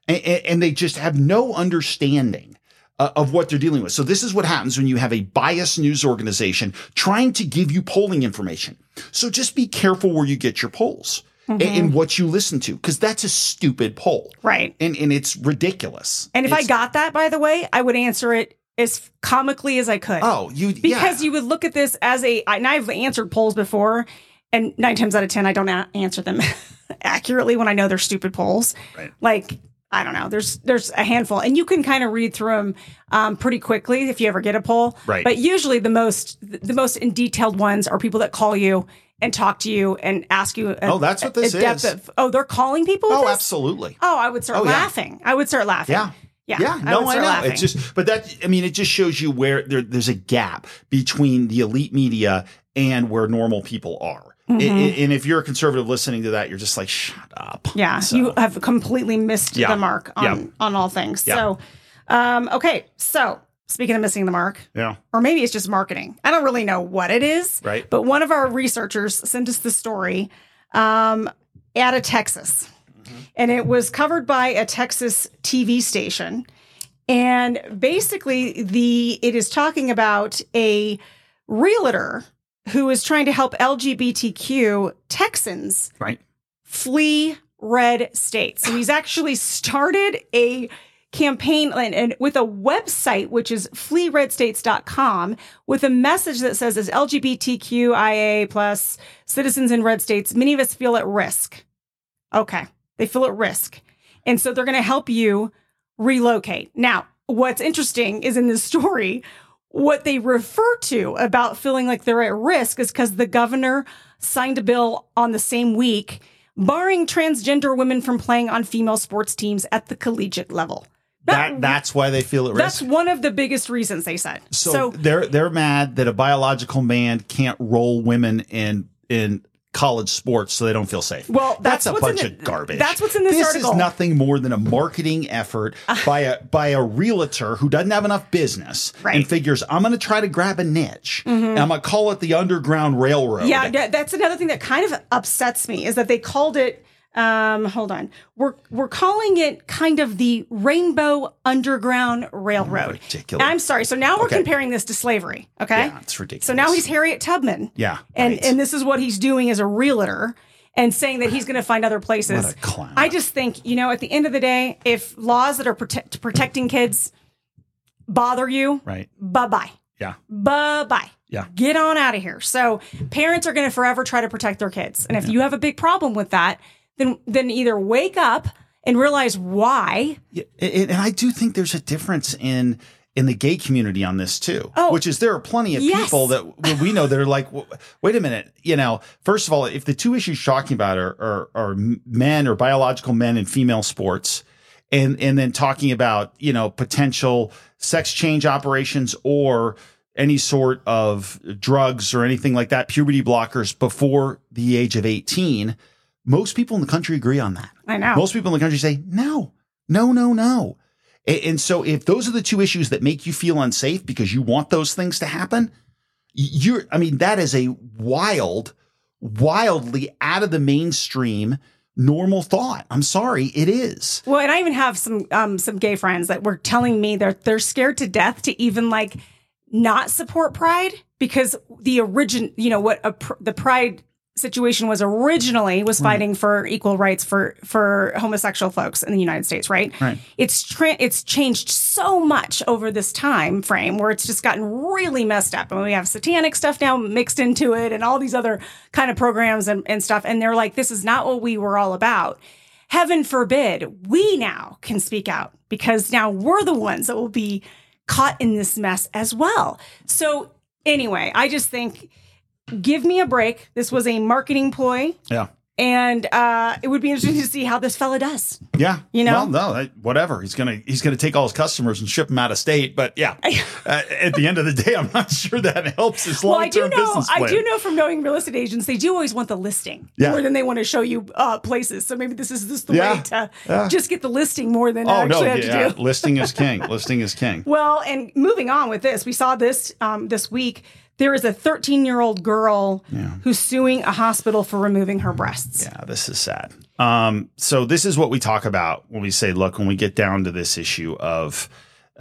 A- a- And, they just have no understanding uh, of what they're dealing with. So this is what happens when you have a biased news organization trying to give you polling information. So just be careful where you get your polls a- and, Mhm. what you listen to, because that's a stupid poll. Right. And, and it's ridiculous. And if I It's- got that, by the way, I would answer it as comically as I could. Oh, you- yeah. because you would look at this as a and I've answered polls before, and nine times out of ten, I don't a- answer them <laughs> accurately when I know they're stupid polls. Right. Like I don't know, there's there's a handful, and you can kind of read through them um, pretty quickly if you ever get a poll. Right. But usually the most the most in detailed ones are people that call you. And talk to you and ask you. a- Oh, that's what a this depth is. Of, oh, they're calling people. with Oh, this? absolutely. Oh, I would start Oh, yeah. laughing. I would start laughing. Yeah. Yeah. no, would I, start know. laughing. It's just, but that, I mean, it just shows you where there, there's a gap between the elite media and where normal people are. I- Mhm. I- and if you're a conservative listening to that, you're just like, shut up. yeah. You have completely missed Yeah. the mark on, Yeah. on all things. Yeah. So, um, okay. So, speaking of missing the mark, Yeah. or maybe it's just marketing. I don't really know what it is. Right. But one of our researchers sent us the story um, out of Texas, and it was covered by a Texas TV station. And basically, the it is talking about a realtor who is trying to help LGBTQ Texans Right. flee red states. So he's actually started a campaign and, and with a website which is fleeredstates.com with a message that says as LGBTQIA plus citizens in red states, many of us feel at risk. Okay. They feel at risk. And so they're going to help you relocate. Now, what's interesting is in this story, what they refer to about feeling like they're at risk is because the governor signed a bill on the same week barring transgender women from playing on female sports teams at the collegiate level. That, that's why they feel at That's risk. one of the biggest reasons they said. So, they're, they're mad that a biological man can't roll women in, in college sports so they don't feel safe. Well, that's, that's a what's in bunch it- of garbage. that's what's in this is article. Ah. nothing more than a marketing effort by a by a realtor who doesn't have enough business and Right. figures I'm going to try to grab a niche. Mhm. And I'm going to call it the Underground Railroad. Yeah, that- that's another thing that kind of upsets me is that they called it. Um, hold on. We're we're calling it kind of the Rainbow Underground Railroad. Ridiculous. I'm sorry. So now we're Okay. comparing this to slavery. Okay. Yeah, it's ridiculous. So now he's Harriet Tubman. Yeah, And right. and this is what he's doing as a realtor and saying that he's going to find other places. What a clown. I just think, you know, at the end of the day, if laws that are protect, protecting kids bother you, Right. bye-bye. Yeah. Bye-bye Yeah. get on out of here. So parents are going to forever try to protect their kids. And if you have a big problem with that, then then either wake up and realize why. Yeah, and, and I do think there's a difference in in the gay community on this too, Oh. which is there are plenty of Yes. people that w- we know that are like, "W- wait a minute, you know, first of all, if the two issues you're talking about are are, are men or biological men and female sports, and and then talking about you know potential sex change operations or any sort of drugs or anything like that, puberty blockers before the age of 18, most people in the country agree on that. I know. Most people in the country say, no, no, no, no. A- And, so if those are the two issues that make you feel unsafe because you want those things to happen, y- you're, I mean, that is a wild, wildly out of the mainstream normal thought. I'm sorry, it is. Well, and I even have some um some gay friends that were telling me that they're scared to death to even like not support pride because the origin, you know, what a pr- the pride situation was originally was Right. fighting for equal rights for for homosexual folks in the United States, right? Right. it's tra- it's changed so much over this time frame where it's just gotten really messed up and we have satanic stuff now mixed into it and all these other kind of programs and, and stuff and they're like this is not what we were all about heaven forbid we now can speak out because now we're the ones that will be caught in this mess as well so anyway i just think give me a break this was a marketing ploy Yeah. and uh, it would be interesting to see how this fella does Yeah, You know? Well, no, that- whatever. He's gonna he's gonna take all his customers and ship them out of state. But <laughs> yeah, uh, at the end of the day, I'm not sure that helps his Well, I long do term know. business plan. I do know from knowing real estate agents, they do always want the listing Yeah. more than they want to show you uh, places. So maybe this is this the Yeah. way to Yeah. just get the listing more than Oh actually no, have yeah, to do. listing is king. listing is king. Well, and moving on with this, we saw this um, this week. There is a 13 year old girl who's suing a hospital for removing her breasts. Yeah, this is sad. Um, so this is what we talk about when we say, look, when we get down to this issue of,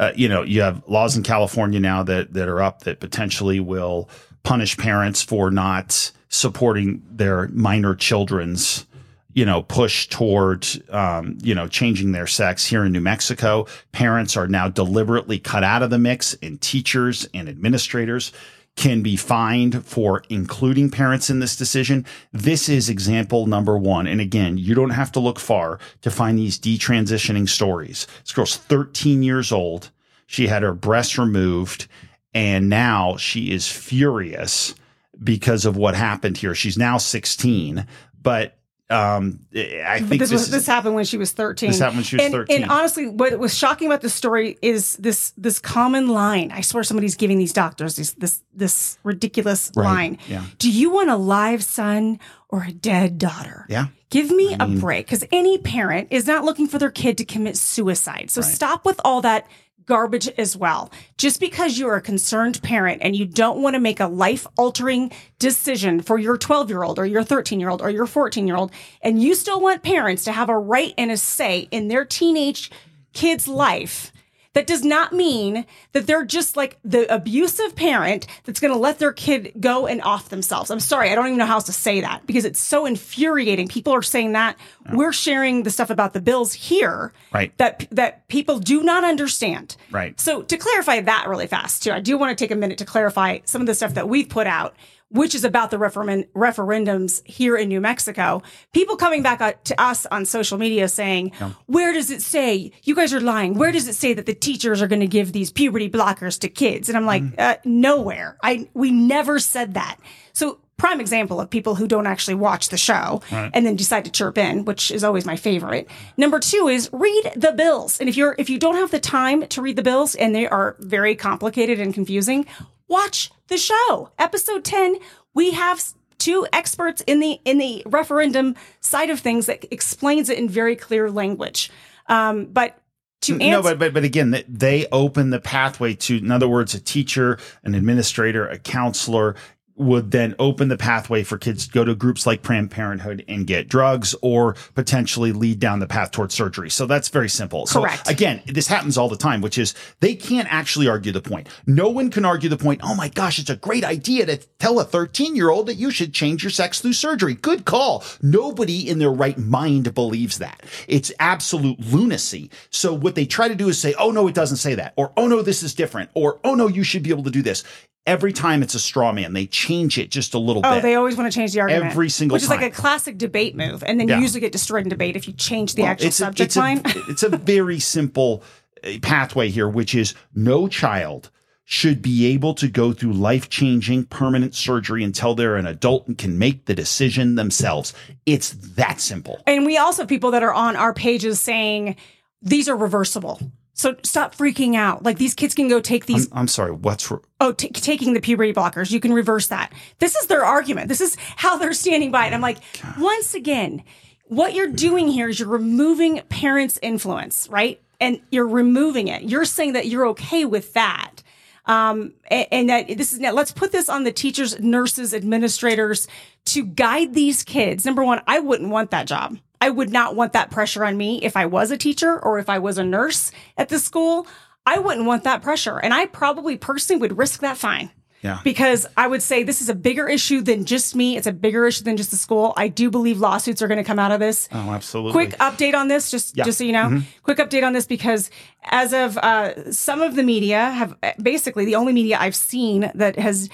uh, you know, you have laws in California now that that are up that potentially will punish parents for not supporting their minor children's, you know, push toward, um, you know, changing their sex. Here in New Mexico, parents are now deliberately cut out of the mix, and teachers and administrators can be fined for including parents in this decision. This is example number one. And again, you don't have to look far to find these detransitioning stories. This girl's 13 years old. She had her breasts removed, and now she is furious because of what happened here. She's now 16, but um, I But think this, this, was, is this happened when she was 13. This happened when she was And- 13. And honestly, what was shocking about this story is this this common line. I swear somebody's giving these doctors this this, this ridiculous Right. line. Yeah. Do you want a live son or a dead daughter? yeah. Give me a break because any parent is not looking for their kid to commit suicide. So Right. stop with all that garbage as well. Just because you're a concerned parent and you don't want to make a life altering decision for your 12 year old or your 13 year old or your 14 year old, and you still want parents to have a right and a say in their teenage kid's life. That does not mean that they're just like the abusive parent that's going to let their kid go and off themselves. I'm sorry, I don't even know how else to say that because it's so infuriating. People are saying that. We're sharing the stuff about the bills here Right. that that people do not understand. Right. So to clarify that really fast too, I do want to take a minute to clarify some of the stuff that we've put out, which is about the referendum referendums here in New Mexico. People coming back out to us on social media saying, Yeah. "Where does it say you guys are lying? Where does it say that the teachers are going to give these puberty blockers to kids?" And I'm like, uh, "Nowhere. I we never said that." So prime example of people who don't actually watch the show Right. and then decide to chirp in, which is always my favorite. Number two is read the bills. And if you're if you don't have the time to read the bills and they are very complicated and confusing, watch the show. Episode 10, we have s- two experts in the in the referendum side of things that explains it in very clear language. Um, but to answer, no, but, but but again, th- they open the pathway to, in other words, a teacher, an administrator, a counselor would then open the pathway for kids to go to groups like Planned Parenthood and get drugs, or potentially lead down the path towards surgery. So that's very simple. Correct. So again, this happens all the time, which is they can't actually argue the point. No one can argue the point. Oh my gosh, it's a great idea to tell a 13 year old that you should change your sex through surgery. Good call. Nobody in their right mind believes that. It's absolute lunacy. So what they try to do is say, oh no, it doesn't say that, or oh no, this is different, or oh no, you should be able to do this. Every time it's a straw man, they change it just a little oh, bit. they always want to change the argument Every single which is time. like a classic debate move, and then Yeah. you usually get destroyed in debate if you change the Well, actual it's a- subject it's a- line. <laughs> it's a very simple uh, pathway here, which is no child should be able to go through life changing permanent surgery until they're an adult and can make the decision themselves. It's that simple. And we also have people that are on our pages saying these are reversible. So stop freaking out. Like these kids can go take I'm, these. I'm sorry. What's r- oh, ta- taking the puberty blockers, you can reverse that. This is their argument. This is how they're standing by it. I'm like, once again, what you're doing here is you're removing parents' influence, right? And you're removing it. You're saying that you're okay with that. Um, a- and, that this is now let's put this on the teachers, nurses, administrators to guide these kids. Number one, I wouldn't want that job. I would not want that pressure on me if I was a teacher or if I was a nurse at the school. I wouldn't want that pressure. And I probably personally would risk that fine. Yeah. Because I would say this is a bigger issue than just me. It's a bigger issue than just the school. I do believe lawsuits are going to come out of this. Oh, absolutely. Quick update on this, just Yeah. just so you know. Mhm. Quick update on this because as of uh, some of the media have basically the only media I've seen that has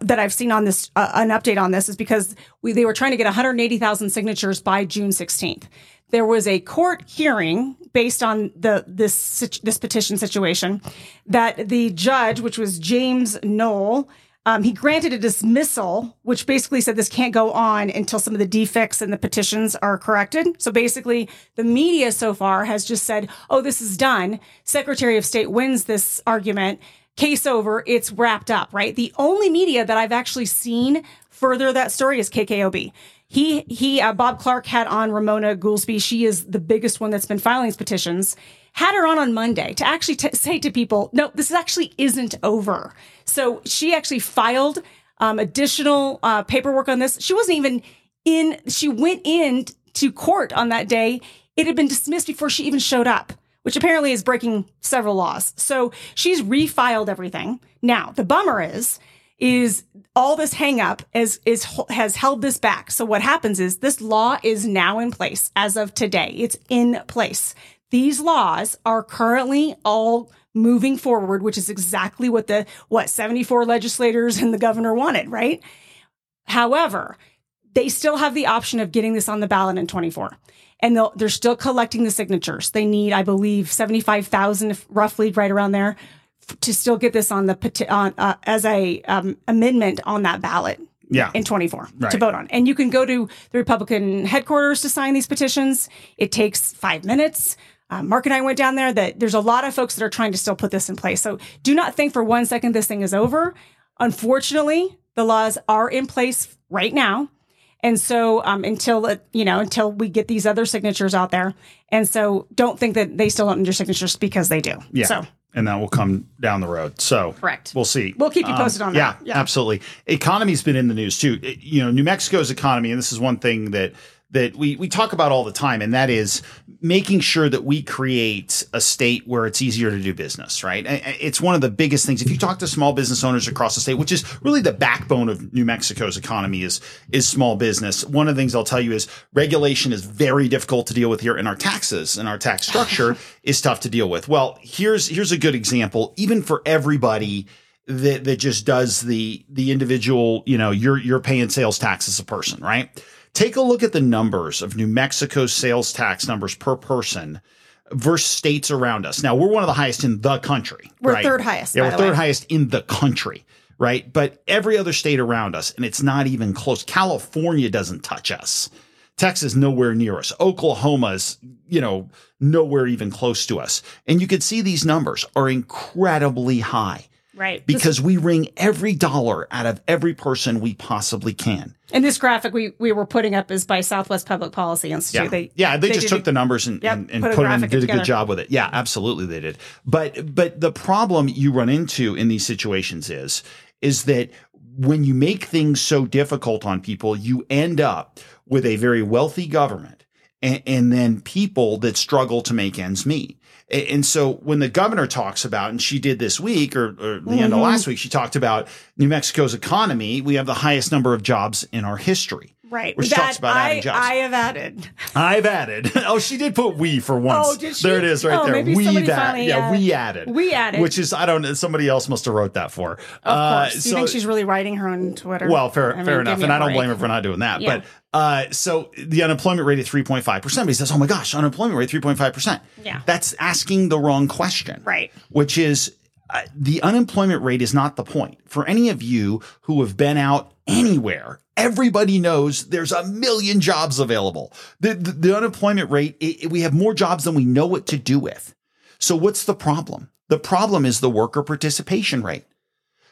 that I've seen on this uh, an update on this is because we they were trying to get 180,000 signatures by June 16th. There was a court hearing based on the this sit- this petition situation that the judge, which was James Knoll. Um, he granted a dismissal, which basically said this can't go on until some of the defects in the petitions are corrected. So basically, the media so far has just said, oh, this is done. Secretary of State wins this argument. Case over. It's wrapped up, right? The only media that I've actually seen further that story is KKOB. He, he, uh, Bob Clark had on Ramona Goolsby. She is the biggest one that's been filing these petitions had her on on Monday to actually t- say to people, no, this actually isn't over. So she actually filed um, additional uh, paperwork on this. She wasn't even in, she went in to court on that day. It had been dismissed before she even showed up, which apparently is breaking several laws. So she's refiled everything. Now, the bummer is, is all this hang up is, is has held this back. So what happens is this law is now in place as of today. It's in place. These laws are currently all moving forward, which is exactly what the what 74 legislators and the governor wanted, right? However, they still have the option of getting this on the ballot in 24. And they'll, they're still collecting the signatures. They need, I believe, 75,000 if- roughly, right around there, f- to still get this on the peti- on, uh, as a um, amendment on that ballot. Yeah. in 24 to Right. vote on, and you can go to the Republican headquarters to sign these petitions. It takes five minutes. Uh, Mark and I went down there. That there's a lot of folks that are trying to still put this in place. So do not think for one second this thing is over. Unfortunately, the laws are in place right now. And so um, until it, you know, until we get these other signatures out there, and so don't think that they still don't need your signatures because they do. Yeah. So And that will come down the road. So Correct. We'll see. We'll keep you posted on that. Um, Yeah, absolutely. Economy's been in the news too. It- You know, New Mexico's economy, and this is one thing that that we we talk about all the time, and that is making sure that we create a state where it's easier to do business. Right. I- I- It's one of the biggest things. If you talk to small business owners across the state, which is really the backbone of New Mexico's economy, is is small business. One of the things I'll tell you is regulation is very difficult to deal with here, and our taxes and our tax <laughs> structure is tough to deal with. Well, here's here's a good example, even for everybody that that just does the the individual, you know, you're you're paying sales tax as a person, right? Take a look at the numbers of New Mexico's sales tax numbers per person versus states around us. Now we're one of the highest in the country. We're right? third highest, Yeah, by we're the third way. highest in the country, right? But every other state around us, and it's not even close. California doesn't touch us. Texas nowhere near us. Oklahoma's, you know, nowhere even close to us. And you could see these numbers are incredibly high. Right. Because we wring every dollar out of every person we possibly can. And this graphic we, we were putting up is by Southwest Public Policy Institute. Yeah, They, yeah, they, just did took a- the numbers and, Yep, and, and put put, a it in graphic and did a together. good job with it. Yeah, absolutely they did. But but the problem you run into in these situations is is that when you make things so difficult on people, you end up with a very wealthy government and, and then people that struggle to make ends meet. A- And so when the governor talks about, and she did this week or, or the end of Mm-hmm. Mhm. last week, she talked about New Mexico's economy. We have the highest number of jobs in our history. Right. Which that talks about I, adding jobs. I have added. I've added. <laughs> Oh, she did put we for once. Oh, did she? There it is right Oh, there. maybe we somebody that. finally Yeah, added- we added. We added. Which is I don't know. Somebody else must have wrote that for. Of Of course. Do you think she's really writing her own Twitter? Uh, well, fair, I mean, fair give enough, me and a I don't break. blame her for not doing that. Yeah. But uh, so the unemployment rate at three point five percent. But he says, "Oh my gosh, unemployment rate three point five percent." Yeah. that's asking the wrong question. Right. Which is uh, the unemployment rate is not the point. For any of you who have been out anywhere, everybody knows there's a million jobs available. The, the, the unemployment rate, it- it- we have more jobs than we know what to do with. So, what's the problem? The problem is the worker participation rate.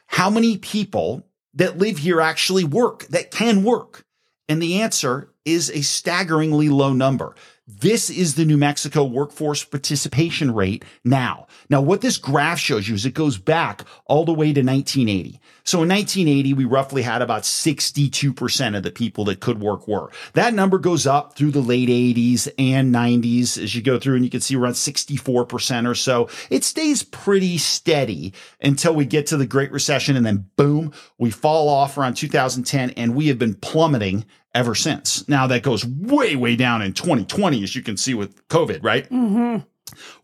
How many people that live here actually work, that can work? And the answer is a staggeringly low number. This is the New Mexico workforce participation rate now. Now, what this graph shows you is it goes back all the way to 1980. So in 1980, we roughly had about 62% of the people that could work were. That number goes up through the late 80s and 90s as you go through, and you can see around 64% or so. It stays pretty steady until we get to the Great Recession, and then boom, we fall off around 2010, and we have been plummeting ever since. Now that goes way, way down in 2020, as you can see with COVID, right? Mhm.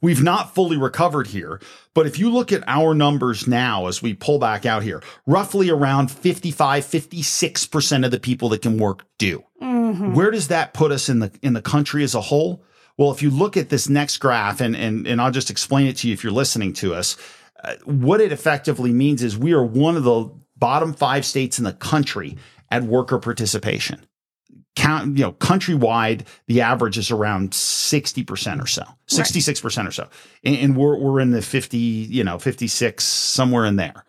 We've not fully recovered here, but if you look at our numbers now as we pull back out here, roughly around 55, 56% of the people that can work do. Mhm. Where does that put us in the in the country as a whole? Well, if you look at this next graph, and and and I'll just explain it to you if you're listening to us, uh, what it effectively means is we are one of the bottom five states in the country at worker participation. Count, you know, countrywide, the average is around sixty percent or so, sixty six percent or so, and, and we're we're in the fifty, you know, fifty six somewhere in there.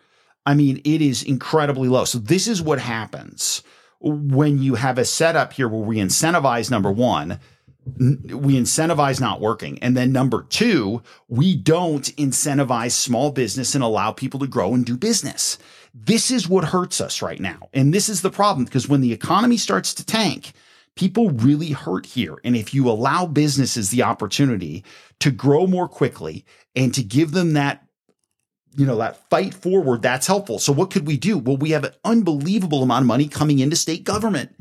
I mean, it is incredibly low. So this is what happens when you have a setup here where we incentivize number one, n- we incentivize not working. And then number two, we don't incentivize small business and allow people to grow and do business. This is what hurts us right now. And this is the problem because when the economy starts to tank, people really hurt here. And if you allow businesses the opportunity to grow more quickly and to give them that you know that fight forward that's helpful so what could we do well we have an unbelievable amount of money coming into state government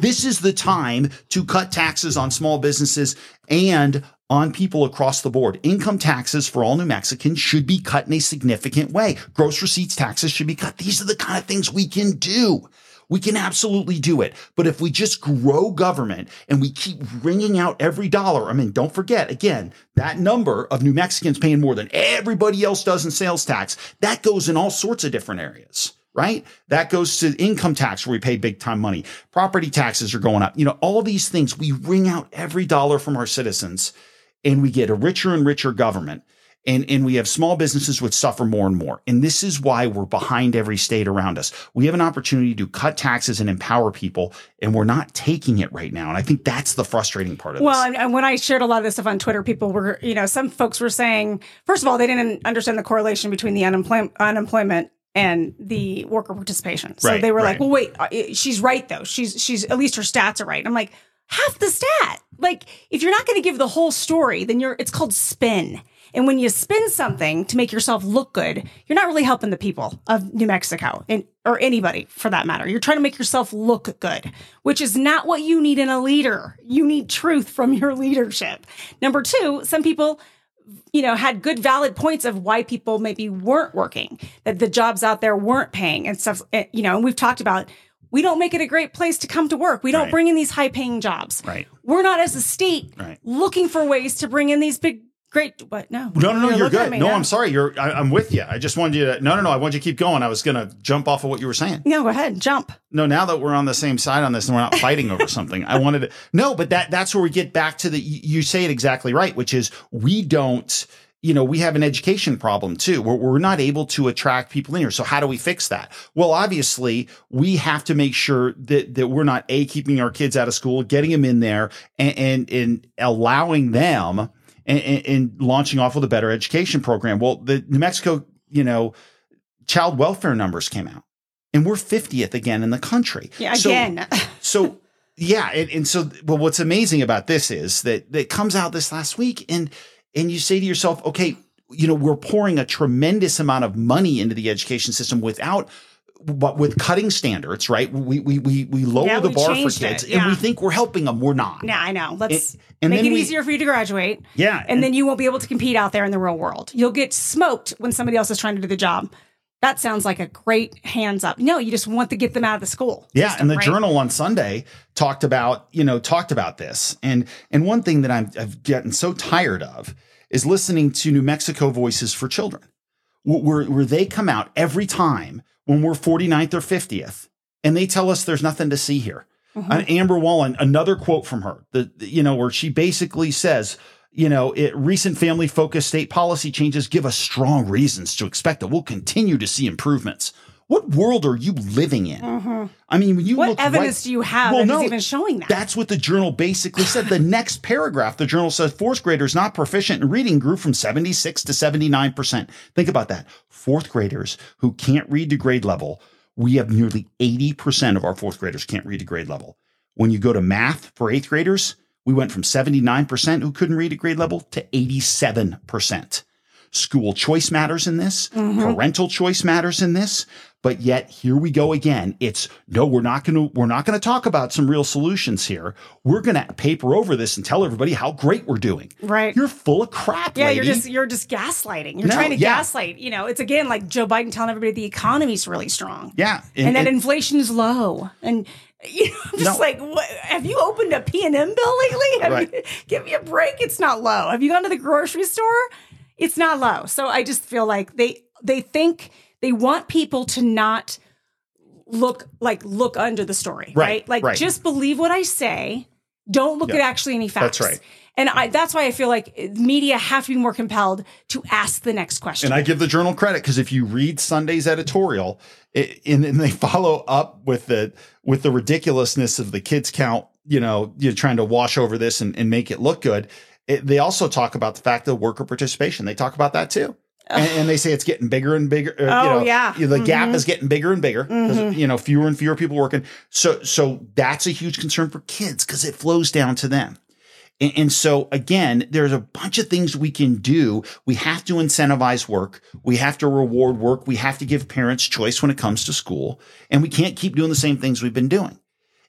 this is the time to cut taxes on small businesses and on people across the board income taxes for all new mexicans should be cut in a significant way gross receipts taxes should be cut these are the kind of things we can do we can absolutely do it. But if we just grow government and we keep wringing out every dollar, I mean, don't forget again, that number of New Mexicans paying more than everybody else does in sales tax, that goes in all sorts of different areas, right? That goes to income tax where we pay big time money. Property taxes are going up. You know, all these things, we wring out every dollar from our citizens and we get a richer and richer government. And, and we have small businesses which suffer more and more. And this is why we're behind every state around us. We have an opportunity to cut taxes and empower people, and we're not taking it right now. And I think that's the frustrating part of Well, and, and when I shared a lot of this stuff on Twitter, people were, you know, some folks were saying, first of all, they didn't understand the correlation between the unemployment unemployment and the worker participation. So Right, they were like, right. well, wait, uh, it- she's right though. She's she's at least her stats are right. I'm like, half the stat. Like, if you're not going to give the whole story, then you're it's called spin. And when you spin something to make yourself look good, you're not really helping the people of New Mexico and or anybody for that matter. You're trying to make yourself look good, which is not what you need in a leader. You need truth from your leadership. Number 2, some people you know, had good valid points of why people maybe weren't working, that the jobs out there weren't paying and stuff, eh, you know, and we've talked about we don't make it a great place to come to work. We don't Right. bring in these high paying jobs. Right. We're not as a state Right. looking for ways to bring in these big great what no. No, no, no, you're, looking at good. me No, now. I'm sorry. You're I, I'm with you. I just wanted you to no no no, I want you to keep going. I was gonna jump off of what you were saying. No, go ahead, jump. No, now that we're on the same side on this and we're not fighting over something, I wanted to No, but that that's where we get back to the you you say it exactly right, which is we don't you you know, we have an education problem too. We're, we're not able to attract people in here. So how do we fix that? Well, obviously we have to make sure that, that we're not a keeping our kids out of school, getting them in there and, and, and allowing them and, and, and launching off with a better education program. Well, the New Mexico, you know, child welfare numbers came out and we're 50th again in the country. Yeah, So- again. <laughs> so yeah, and, and so but what's amazing about this is that that comes out this last week and and you say to yourself, okay, you know, we're pouring a tremendous amount of money into the education system without but with cutting standards, right? We we we we lower Yeah, the we bar for changed it, kids and yeah. we think we're helping them. We're not. Yeah, I know. Let's And- and make then it we- easier for you to graduate. Yeah, And, then you won't be able to compete out there in the real world. You'll get smoked when somebody else is trying to do the job. That sounds like a great hands up. No, you just want to get them out of the school. Yeah, system, and the right? journal on Sunday talked about you know talked about this, and and one thing that I'm I've gotten so tired of is listening to New Mexico Voices for Children, wh- where where they come out every time when we're 49th or 50th, and they tell us there's nothing to see here. Mm-hmm. Mhm. And Amber Wallen, another quote from her, the the- you know where she basically says. You know, it, recent family focused state policy changes give us strong reasons to expect that we'll continue to see improvements. What world are you living in? Mhm. I mean, when you What look evidence right- do you have Well, that is no, even showing that? That's what the journal basically said. <sighs> The next paragraph, the journal says fourth graders not proficient in reading grew from 76 to 79%. Think about that. Fourth graders who can't read to grade level, we have nearly 80% of our fourth graders can't read to grade level. When you go to math for eighth graders, we went from 79% who couldn't read at grade level to 87%. School choice matters in this, Mm-hmm. parental choice matters in this, but yet here we go again. It's no, we're not going to we're not going to talk about some real solutions here. We're going to paper over this and tell everybody how great we're doing. Right. You're full of crap, Yeah, you're lady. just you're just gaslighting. You're No, trying to yeah. gaslight. You know, it's again like Joe Biden telling everybody the economy's really strong. Yeah, And, that and- inflation's low. And <laughs> you know, I'm No. just like, what, have you opened a P&M bill lately? I mean, Right. <laughs> give me a break. It's not low. Have you gone to the grocery store? It's not low. So I just feel like they they think they want people to not look like look under the story, Right, right? Like right. just believe what I say. Don't look Yeah. at actually any facts. That's right. And I, that's why I feel like media have to be more compelled to ask the next question. And I give the journal credit because if you read Sunday's editorial, it, and, and they <laughs> follow up with the with the ridiculousness of the kids count, you know, you're trying to wash over this and, and make it look good. It, they also talk about the fact of worker participation. They talk about that too. And, and they say it's getting bigger and bigger. uh, Oh, you know, yeah. The gap Mhm. is getting bigger and bigger. 'cause, Mhm. You know, fewer and fewer people working. So, so that's a huge concern for kids because it flows down to them. And, and so again, there's a bunch of things we can do. We have to incentivize work. We have to reward work. We have to give parents choice when it comes to school. And we can't keep doing the same things we've been doing.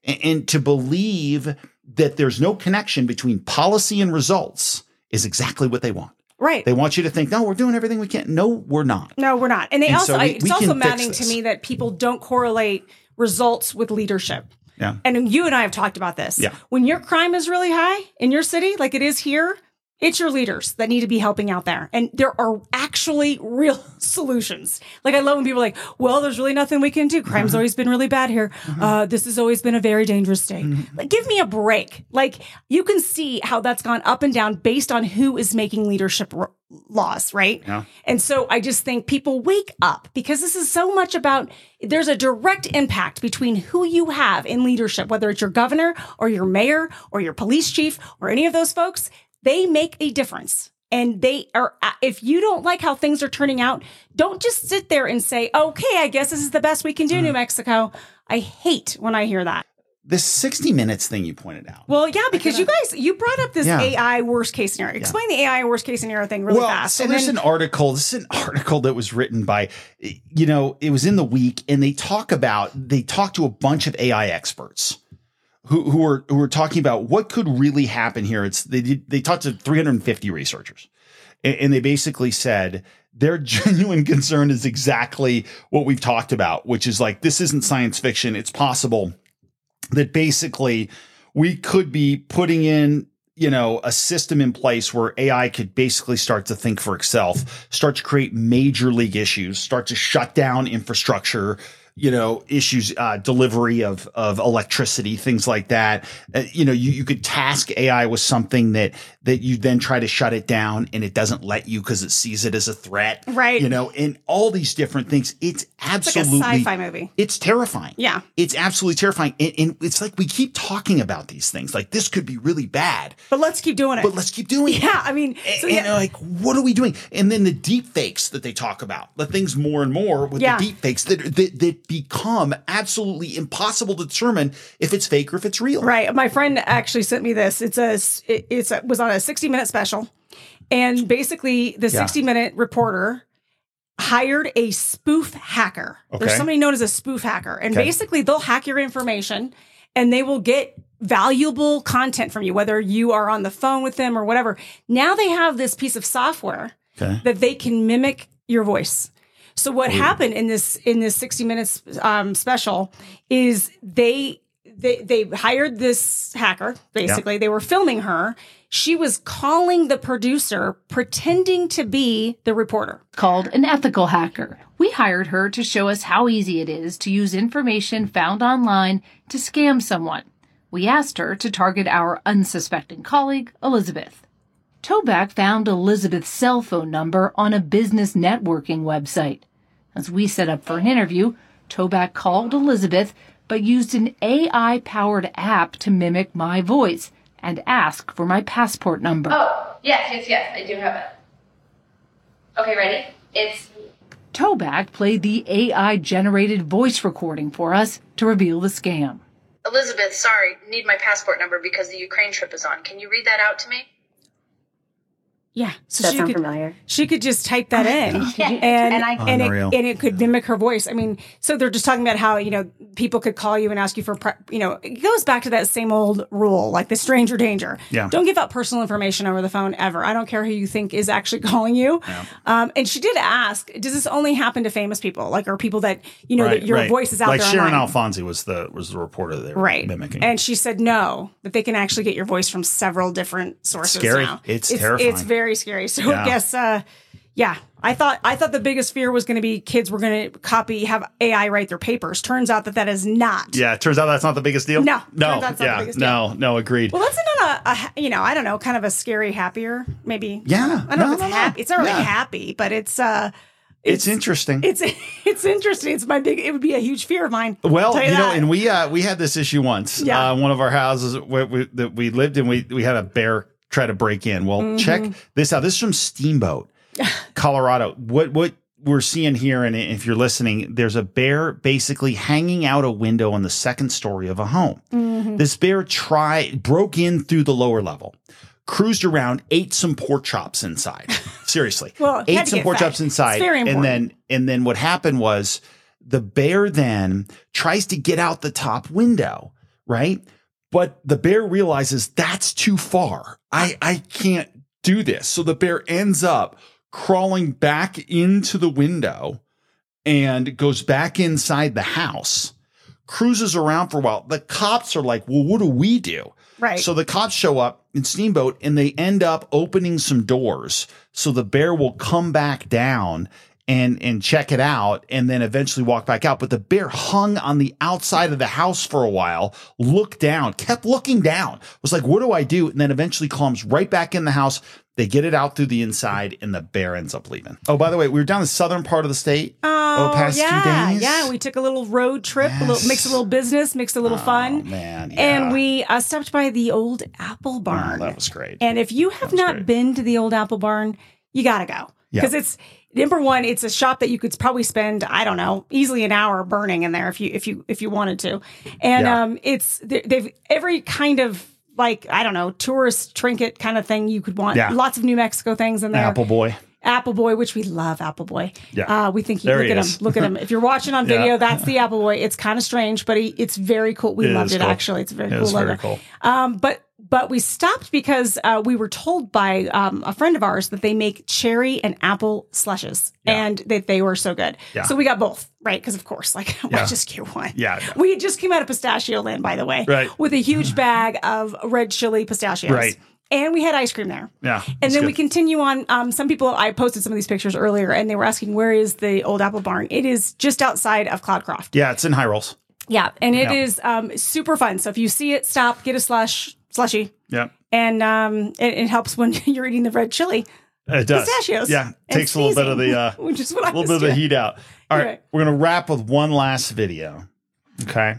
And, and to believe that there's no connection between policy and results is exactly what they want. right. They want you to think, no, we're doing everything we can. No, we're not. No, we're not. And they And also, so we- I, it's we also can fix maddening to this. me that people don't correlate results with leadership. Yeah. And you and I have talked about this. Yeah. When your crime is really high in your city, like it is here, it's your leaders that need to be helping out there. And there are actually real <laughs> solutions. Like I love when people are like, well, there's really nothing we can do. Crime's always been really bad here. Uh, this has always been a very dangerous state. Like, give me a break. Like you can see how that's gone up and down based on who is making leadership r- laws, right? Yeah. And so I just think people wake up because this is so much about there's a direct impact between who you have in leadership, whether it's your governor or your mayor or your police chief or any of those folks, they make a difference. And they are, uh, if you don't like how things are turning out, don't just sit there and say, okay, I guess this is the best we can do, Mm. New Mexico. I hate when I hear that. This 60 minutes thing you pointed out. Well, yeah, because you guys, you brought up this uh, Yeah. AI worst case scenario. Explain the AI worst case scenario thing really fast. So and there's then- an article. This is an article that was written by, you know, it was in the week, and they talk about they talk to a bunch of AI experts who who are who are talking about what could really happen here. It's they did, they talked to 350 researchers, and, and they basically said their <laughs> genuine concern is exactly what we've talked about, which is like this isn't science fiction. It's possible that basically we could be putting in you know a system in place where ai could basically start to think for itself start to create major league issues start to shut down infrastructure you know issues uh, delivery of of electricity things like that uh, you know you, you could task ai with something that that you then try to shut it down and it doesn't let you because it sees it as a threat Right. you know and all these different things it's It's like a absolutely sci-fi movie. it's terrifying Yeah. it's absolutely terrifying and, and it's like we keep talking about these things like this could be really bad But let's keep doing it. But let's keep doing it. Yeah, I mean, so and yeah, like what are we doing and then the deep fakes that they talk about the things more and more with Yeah. the deep fakes that, that that become absolutely impossible to determine if it's fake or if it's real right. My friend actually sent me this. It's a it, it's a, was on a 60 minute special, and basically the Yeah. 60 minute reporter hired a spoof hacker. There's Okay. somebody known as a spoof hacker, and Okay. basically they'll hack your information, and they will get valuable content from you, whether you are on the phone with them or whatever. Now they have this piece of software Okay. that they can mimic your voice. So what Ooh. happened in this in this 60 minutes um, special is they they they hired this hacker basically. They were filming her. She was calling the producer pretending to be the reporter. called an ethical hacker. We hired her to show us how easy it is to use information found online to scam someone. We asked her to target our unsuspecting colleague, Elizabeth. Toback found Elizabeth's cell phone number on a business networking website. As we set up for an interview, Toback called Elizabeth but used an AI powered app to mimic my voice and ask for my passport number. Oh, yes, yes, yes, I do have it. Okay, ready? It's Toback played the AI generated voice recording for us to reveal the scam. Elizabeth, sorry, need my passport number because the Ukraine trip is on. Can you read that out to me? Yeah, so Does that she sound could familiar? she could just type that in, Yeah. and And I- and it, Unreal. and it could mimic her voice. I mean, so they're just talking about how you know people could call you and ask you for pre- you know it goes back to that same old rule, like the stranger danger. Yeah. don't give out personal information over the phone ever. I don't care who you think is actually <laughs> calling you. Um, and she did ask, does this only happen to famous people, like or people that you know Right, that your right. voice is out like there? sharon online? alfonsi was the was the reporter there right mimicking and she said no that they can actually get your voice from several different sources Scary. now. It's terrifying. it's very scary so Yeah. i guess uh yeah i thought i thought the biggest fear was going to be kids were going to copy have ai write their papers turns out that that is not yeah it turns out that's not the biggest deal No, no turns out it's not the yeah biggest no no agreed well let's end on a, a ha- you know i don't know kind of a scary happier maybe Yeah. i don't know if it's happy it's not really happy but it's uh it's, interesting it's <laughs> it's interesting it's my big it would be a huge fear of mine I'll Well, tell you, know, that. and we uh, we had this issue once. Yeah. Uh, one of our houses where we, that we lived in, we we had a bear try to break in. Well, Mhm. check this out. This is from <laughs> Steamboat, Colorado. What what we're seeing here, and if you're listening, there's a bear basically hanging out a window on the second story of a home. Mm-hmm. This bear tried broke in through the lower level, cruised around, ate some pork chops <laughs> inside. Seriously, Well, it had ate to some get pork fed. chops inside, It's very and important. then and then what happened was the bear then tries to get out the top window, right? But the bear realizes that's too far. I I can't do this. So the bear ends up crawling back into the window and goes back inside the house. Cruises around for a while. The cops are like, "Well, what do we do?" Right. So the cops show up in Steamboat and they end up opening some doors so the bear will come back down and and check it out and then eventually walk back out. But the bear hung on the outside of the house for a while, looked down, kept looking down, was like, what do I do? And then eventually climbs right back in the house. They get it out through the inside and the bear ends up leaving. Oh, by the way, we were down in the southern part of the state. Oh, over the past few yeah, days? Oh, yeah. We took a little road trip, a little, mixed a little business, mixed a little fun, man, Oh, and we uh, stopped by the old apple barn. that was great. And if you have not been to the old apple barn, you gotta go Yeah. because it's number one. It's a shop that you could probably spend I don't know easily an hour burning in there if you if you if you wanted to, and Yeah. um, it's they- they've every kind of like I don't know tourist trinket kind of thing you could want. Yeah. Lots of New Mexico things in there. Apple boy. Apple Boy, which we love, Apple Boy. Yeah. Uh, we think you There look he at is. him. Look at him. If you're watching on <laughs> Yeah. video, that's the Apple Boy. It's kind of strange, but he, it's very cool. We It loved is it cool. actually. It's a very It cool is very logo. cool. Um, but but we stopped because uh, we were told by um, a friend of ours that they make cherry and apple slushes, and that they were so good. Yeah. So we got both, right? Because of course, like <laughs> why Yeah. just get one? Yeah. We had just came out of pistachio land, by the way, <sighs> Right. with a huge bag of red chili pistachios. Right. and we had ice cream there. Yeah. And that's then good. we continue on. Um, some people, I posted some of these pictures earlier, and they were asking, where is the old apple barn? It is just outside of Cloudcroft. Yeah, it's in high rolls. Yeah. And it Yeah. is um, super fun. So if you see it, stop, get a slush, slushy. Yeah. And um, it, it helps when <laughs> you're eating the red chili. It does. Pistachios. Yeah. And Takes a little bit of the uh sneezing, <laughs> which is what I a little was bit of the doing. heat out. All right, You're right. We're gonna wrap with one last video. Okay.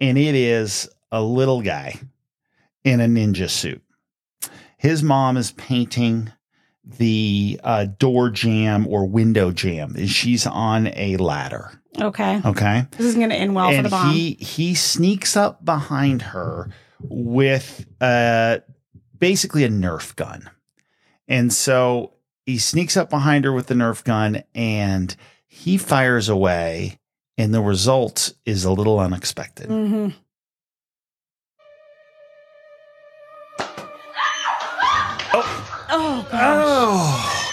And it is a little guy in a ninja suit. His mom is painting the uh, door jam or window jam, and she's on a ladder. Okay. Okay This isn't going to end well and for the bomb. He he sneaks up behind her with uh basically a Nerf gun. And so he sneaks up behind her with the Nerf gun and he fires away, and the result is a little unexpected. mm-hmm. Oh, Oh, oh.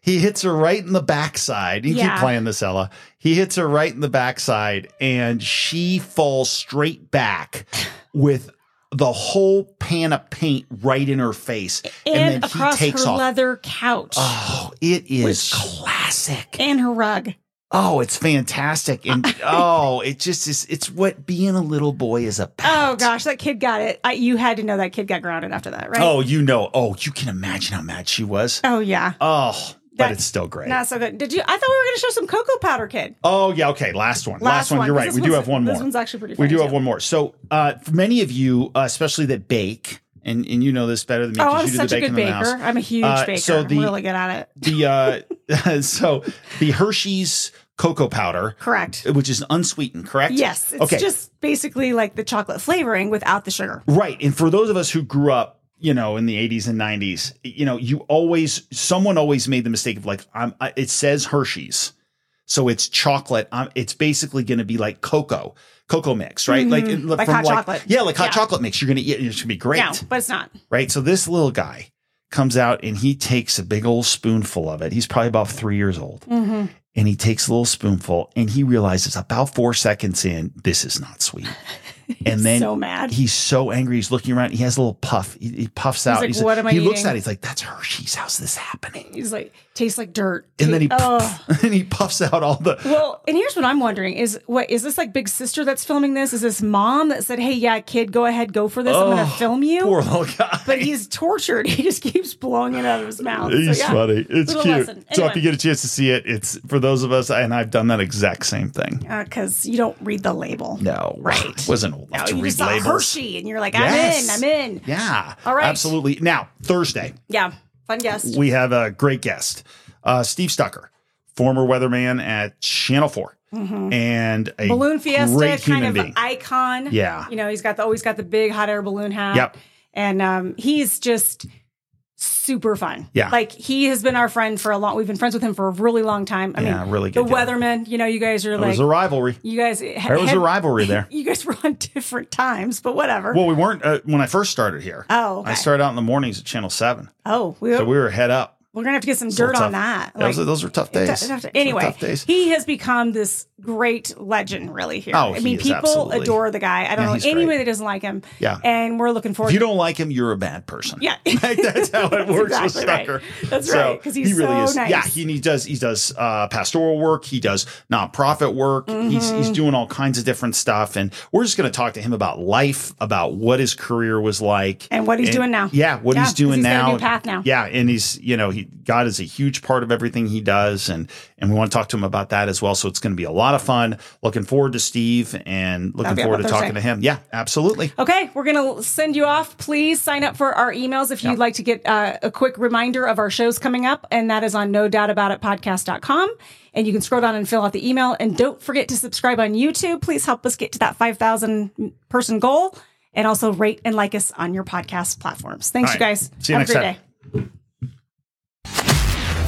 He hits her right in the backside. You Yeah. keep playing this, Ella. He hits her right in the backside, and she falls straight back with the whole pan of paint right in her face. and, across he takes her off. leather couch Oh, it is classic. and her rug. Oh, it's fantastic. <laughs> And oh, it just is it's what being a little boy is about. Oh gosh, that kid got it. I, you had to know that kid got grounded after that, right? Oh, you know. Oh, you can imagine how mad she was. Oh, yeah. Oh, but That's it's still great. Not so good. Did you? I thought we were going to show some cocoa powder, kid. Oh yeah, okay. Last one. Last, Last one. one, You're 'cause right. this We do one's- have one more. this one's actually pretty We do funny, have too. one more. So uh, for many of you, uh, especially that bake, and, and you know this better than me. oh, 'cause I'm you do such the a good baking in baker. the house. I'm a huge Uh, baker. So the I'm really good at it. the uh, <laughs> so the Hershey's cocoa powder, Correct. which is unsweetened, correct? Yes, it's okay. just basically like the chocolate flavoring without the sugar. Right. And for those of us who grew up, you know, in the 80s and 90s, you know, you always, someone always made the mistake of like, I'm, I, it says Hershey's. So it's chocolate. Um, it's basically going to be like cocoa, cocoa mix, right? Mhm. Like, Like hot chocolate. Yeah, like hot Yeah. chocolate mix. You're going to eat it. It's going to be great. No, but it's not. Right. So this little guy comes out and he takes a big old spoonful of it. He's probably about three years old. Mm-hmm. And he takes a little spoonful and he realizes about four seconds in, this is not <laughs> sweet. And then so mad. He's so angry. He's looking around. He has a little puff. He, he puffs out. like, "What am I He looks eating?" at it. He's like, that's Hershey's. How's this happening? He's like tastes like dirt. And then he, Oh. <laughs> and he puffs out all the. Well, and here's what I'm wondering is what is this like big sister that's filming this? Is this mom that said, "Hey, yeah, kid, go ahead, go for this. I'm going Oh, to film you." Poor little guy. But he's tortured. <laughs> He just keeps blowing it out of his mouth. <laughs> So, He's yeah. funny. It's Little cute. lesson. So if Anyway. you get a chance to see it, it's for those of us, and I've done that exact same thing. because Uh, you don't read the label. No, right. <laughs> Wasn't old enough No, to you read just saw labels. Hershey, and you're like, I'm Yes. in, I'm in. Yeah. All right. Absolutely. Now, Thursday. Yeah. Fun guest. we have a great guest, uh, Steve Stucker, former weatherman at Channel 4 Mhm. and a balloon fiesta great human kind of being. icon. Yeah. You know, he's got the always got the big hot air balloon hat. Yep. And um, he's just super fun. Yeah. Like he has been our friend for a long we've been friends with him for a really long time. I Yeah, mean really the good guy. weatherman, you know, you guys are it like was a rivalry. you guys There was a rivalry there. <laughs> You guys were on different times, but whatever. Well, we weren't uh, when I first started here. Oh, okay. I started out in the mornings at Channel 7. oh, we, So we were head up. we're gonna have to get some It's a little dirt on tough. that. those, are, those are tough It days. does- it does- Those are Anyway, tough days. he has become this great legend, really. Here, Oh, I he mean, is people absolutely- adore the guy. I Yeah, don't he's know great. anybody that doesn't like him. Yeah. and we're looking forward. If you to don't like him, you're a bad person. <laughs> Yeah, Like, that's how <laughs> it works with exactly right. Stucker. That's So, right, 'cause he's so nice. Yeah, he, he does he does uh, pastoral work. He does nonprofit work. He's Mm-hmm. he's doing all kinds of different stuff, and we're just going to talk to him about life, about what his career was like, And what he's doing now. Yeah, what Yeah, he's 'cause doing he's got a now. new path now. Yeah, and he's you know he God is a huge part of everything he does, and and we want to talk to him about that as well. So it's going to be a lot of fun. Looking forward to Steve, and That'll looking be up forward to on talking to Thursday. him. Yeah, absolutely. Okay, we're going to send you off. Please sign up for our emails if you'd Yeah. like to get uh, a quick reminder of our shows coming up. And that is on no doubt about it podcast.com. And you can scroll down and fill out the email. And don't forget to subscribe on YouTube. Please help us get to that 5,000 person goal. And also rate and like us on your podcast platforms. Thanks, All you right. guys. See you Have next a great time. day.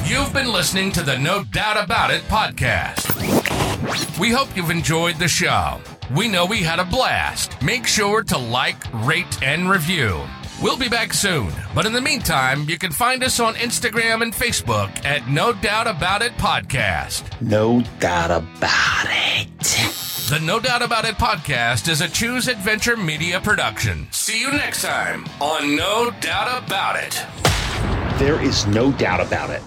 You've been listening to the No Doubt About It podcast. We hope you've enjoyed the show. We know we had a blast. Make sure to like, rate, and review. We'll be back soon, but in the meantime, you can find us on Instagram and Facebook at No Doubt About It Podcast. No doubt about it. The No Doubt About It podcast is a Choose Adventure Media production. See you next time on No Doubt About It. There is no doubt about it.